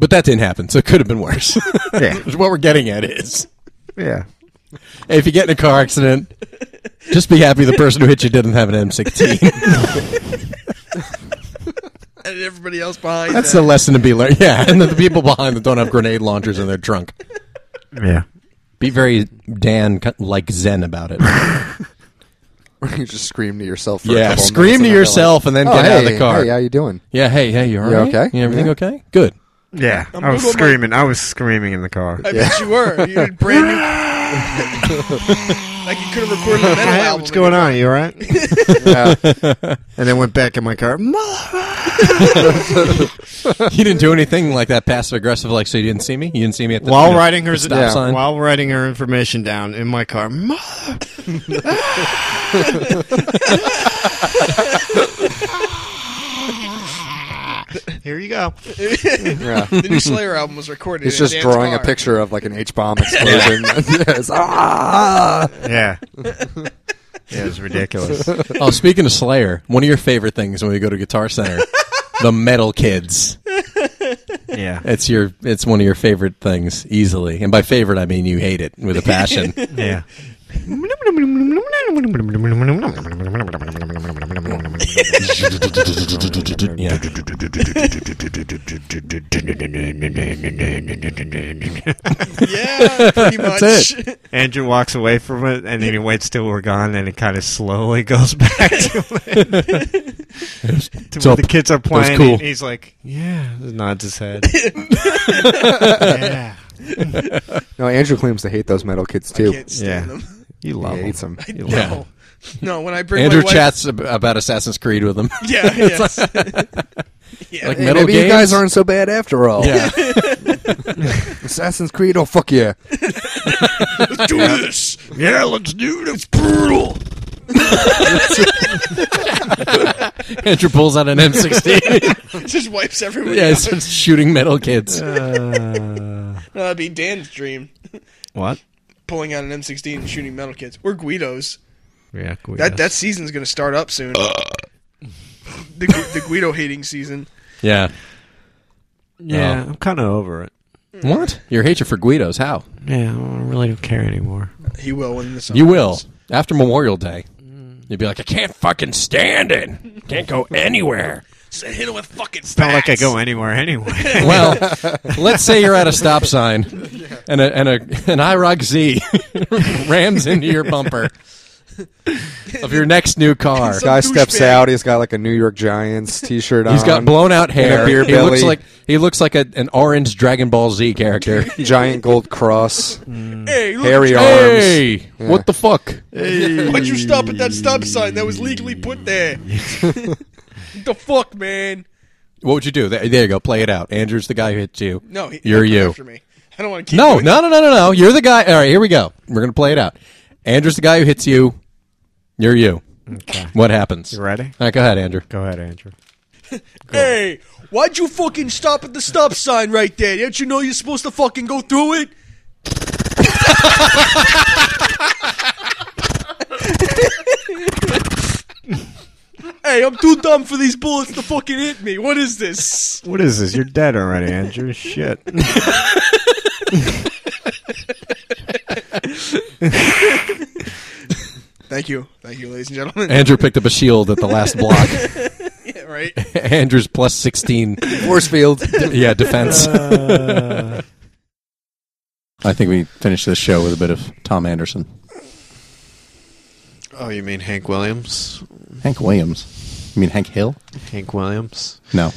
But that didn't happen, so it could have been worse. Yeah. what we're getting at is Yeah. hey, if you get in a car accident, just be happy the person who hit you didn't have an M16. and everybody else behind. That's that. the lesson to be learned. Yeah, and that the people behind them don't have grenade launchers in their trunk. Yeah. Be very Dan like Zen about it. you just scream to yourself. For a yeah, couple scream to minutes yourself and then then be like, get "Oh, out of hey, the car. Hey, how you doing? Yeah, hey, hey, you all You right? okay? You everything Yeah. okay? Good. Yeah, I'm I was Google my- screaming. I was screaming in the car. I bet you were. You had brand new. like you could have recorded a metal Hey, album. what's going on? You all right? yeah. And then went back in my car. you didn't do anything like that passive aggressive, like so you didn't see me. You didn't see me at the while you know, writing her the stop sign. while writing her information down in my car. Here you go. Yeah. the new Slayer album was recorded. He's in just Dan's drawing car. a picture of like an H bomb explosion. yes. Ah! Yeah. Yeah, it's ridiculous. oh, speaking of Slayer, one of your favorite things when we go to Guitar Center, the Metal Kids. Yeah. It's your. It's one of your favorite things, easily. And by favorite, I mean you hate it with a passion. Yeah. yeah. yeah, pretty much. That's Andrew walks away from it, and then he waits till we're gone, and it kind of slowly goes back to it. to So where the kids are that was playing. cool. and he's like, "Yeah," nods his head. yeah, No, Andrew claims to hate those metal kids too. Can't stand them. you He love him. hates them. I You know. love Yeah. No, when I bring Andrew my wife, chats ab- about Assassin's Creed with him. Yeah, yes. yeah. Like Hey, metal maybe games. you guys aren't so bad after all. Yeah. Assassin's Creed. Oh fuck yeah! Let's do this. Yeah, let's do it. It's brutal. Andrew pulls out an M16. just wipes everyone. yeah, out. starts shooting metal kids. Uh, No, that'd be Dan's dream. what? Pulling out an M16 and shooting metal kids. We're Guidos. Yeah, cool, That yes. that season's gonna start up soon. the, Gu- the Guido hating season. Yeah. yeah. I'm kind of over it. What? Your hatred for Guidos? How? Yeah, I really don't care anymore. He will in the summer. You will after Memorial Day. You'd be like, I can't fucking stand it. Can't go anywhere. So hit him with fucking. Facts. It's not like I go anywhere anyway. Well, let's say you're at a stop sign, and a and a an IROC Z rams into your bumper of your next new car. Guy steps douchebag. out. He's got like a New York Giants T-shirt on. He's got blown out hair. Um, And a beer he belly. looks like he looks like a, an orange Dragon Ball Z character. giant gold cross, Hey, look, hairy arms. hey, Yeah. what the fuck? why'd you stop at that stop sign that was legally put there? the fuck, man? What would you do? There, there you go. Play it out. Andrew's the guy who hit you. No, he, you're he'll come you. After me. I don't want to keep. No, doing no, no, no, no, no. You're the guy. All right, here we go. We're gonna play it out. Andrew's the guy who hits you. You're you. Okay. What happens? You ready? All right, go ahead, Andrew. Go ahead, Andrew. Hey, why'd you fucking stop at the stop sign right there? Don't you know you're supposed to fucking go through it? hey, I'm too dumb for these bullets to fucking hit me. What is this? What is this? You're dead already, Andrew. Shit. Thank you. Thank you, ladies and gentlemen. Andrew picked up a shield at the last block. yeah, right. Andrew's plus sixteen. Force field. Yeah, defense. Uh, I think we finish this show with a bit of Tom Anderson, oh, you mean Hank Williams? Hank Williams. You mean Hank Hill? Hank Williams. No.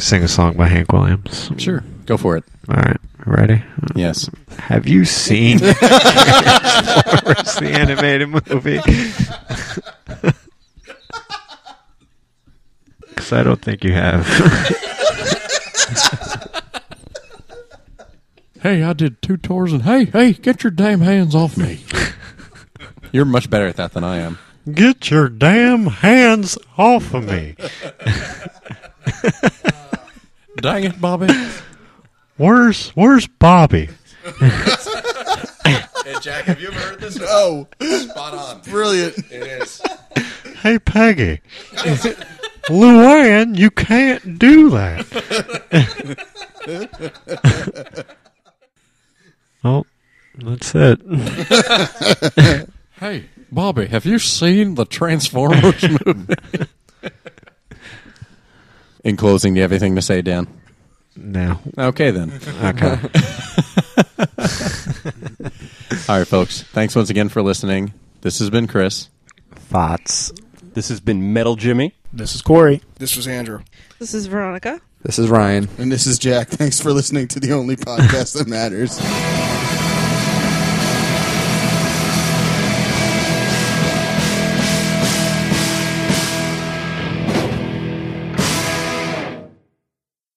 Sing a song by Hank Williams. Sure. Go for it. All right. Ready? Yes. Have you seen Transformers, the animated movie? Because I don't think you have. Hey, I did two tours and hey, hey, get your damn hands off me. You're much better at that than I am. Get your damn hands off of me. Dang it, Bobby. Where's where's Bobby? hey, Jack, have you ever heard this? No. Spot on. Brilliant. It is. hey Peggy. Luann, you can't do that. oh, that's it. hey, Bobby, have you seen the Transformers movie? In closing, do you have anything to say, Dan? No. Okay, then. Okay. All right, folks. Thanks once again for listening. This has been Chris. Thoughts. This has been Metal Jimmy. This is Corey. This was Andrew. This is Veronica. This is Ryan. And this is Jack. Thanks for listening to the only podcast that matters.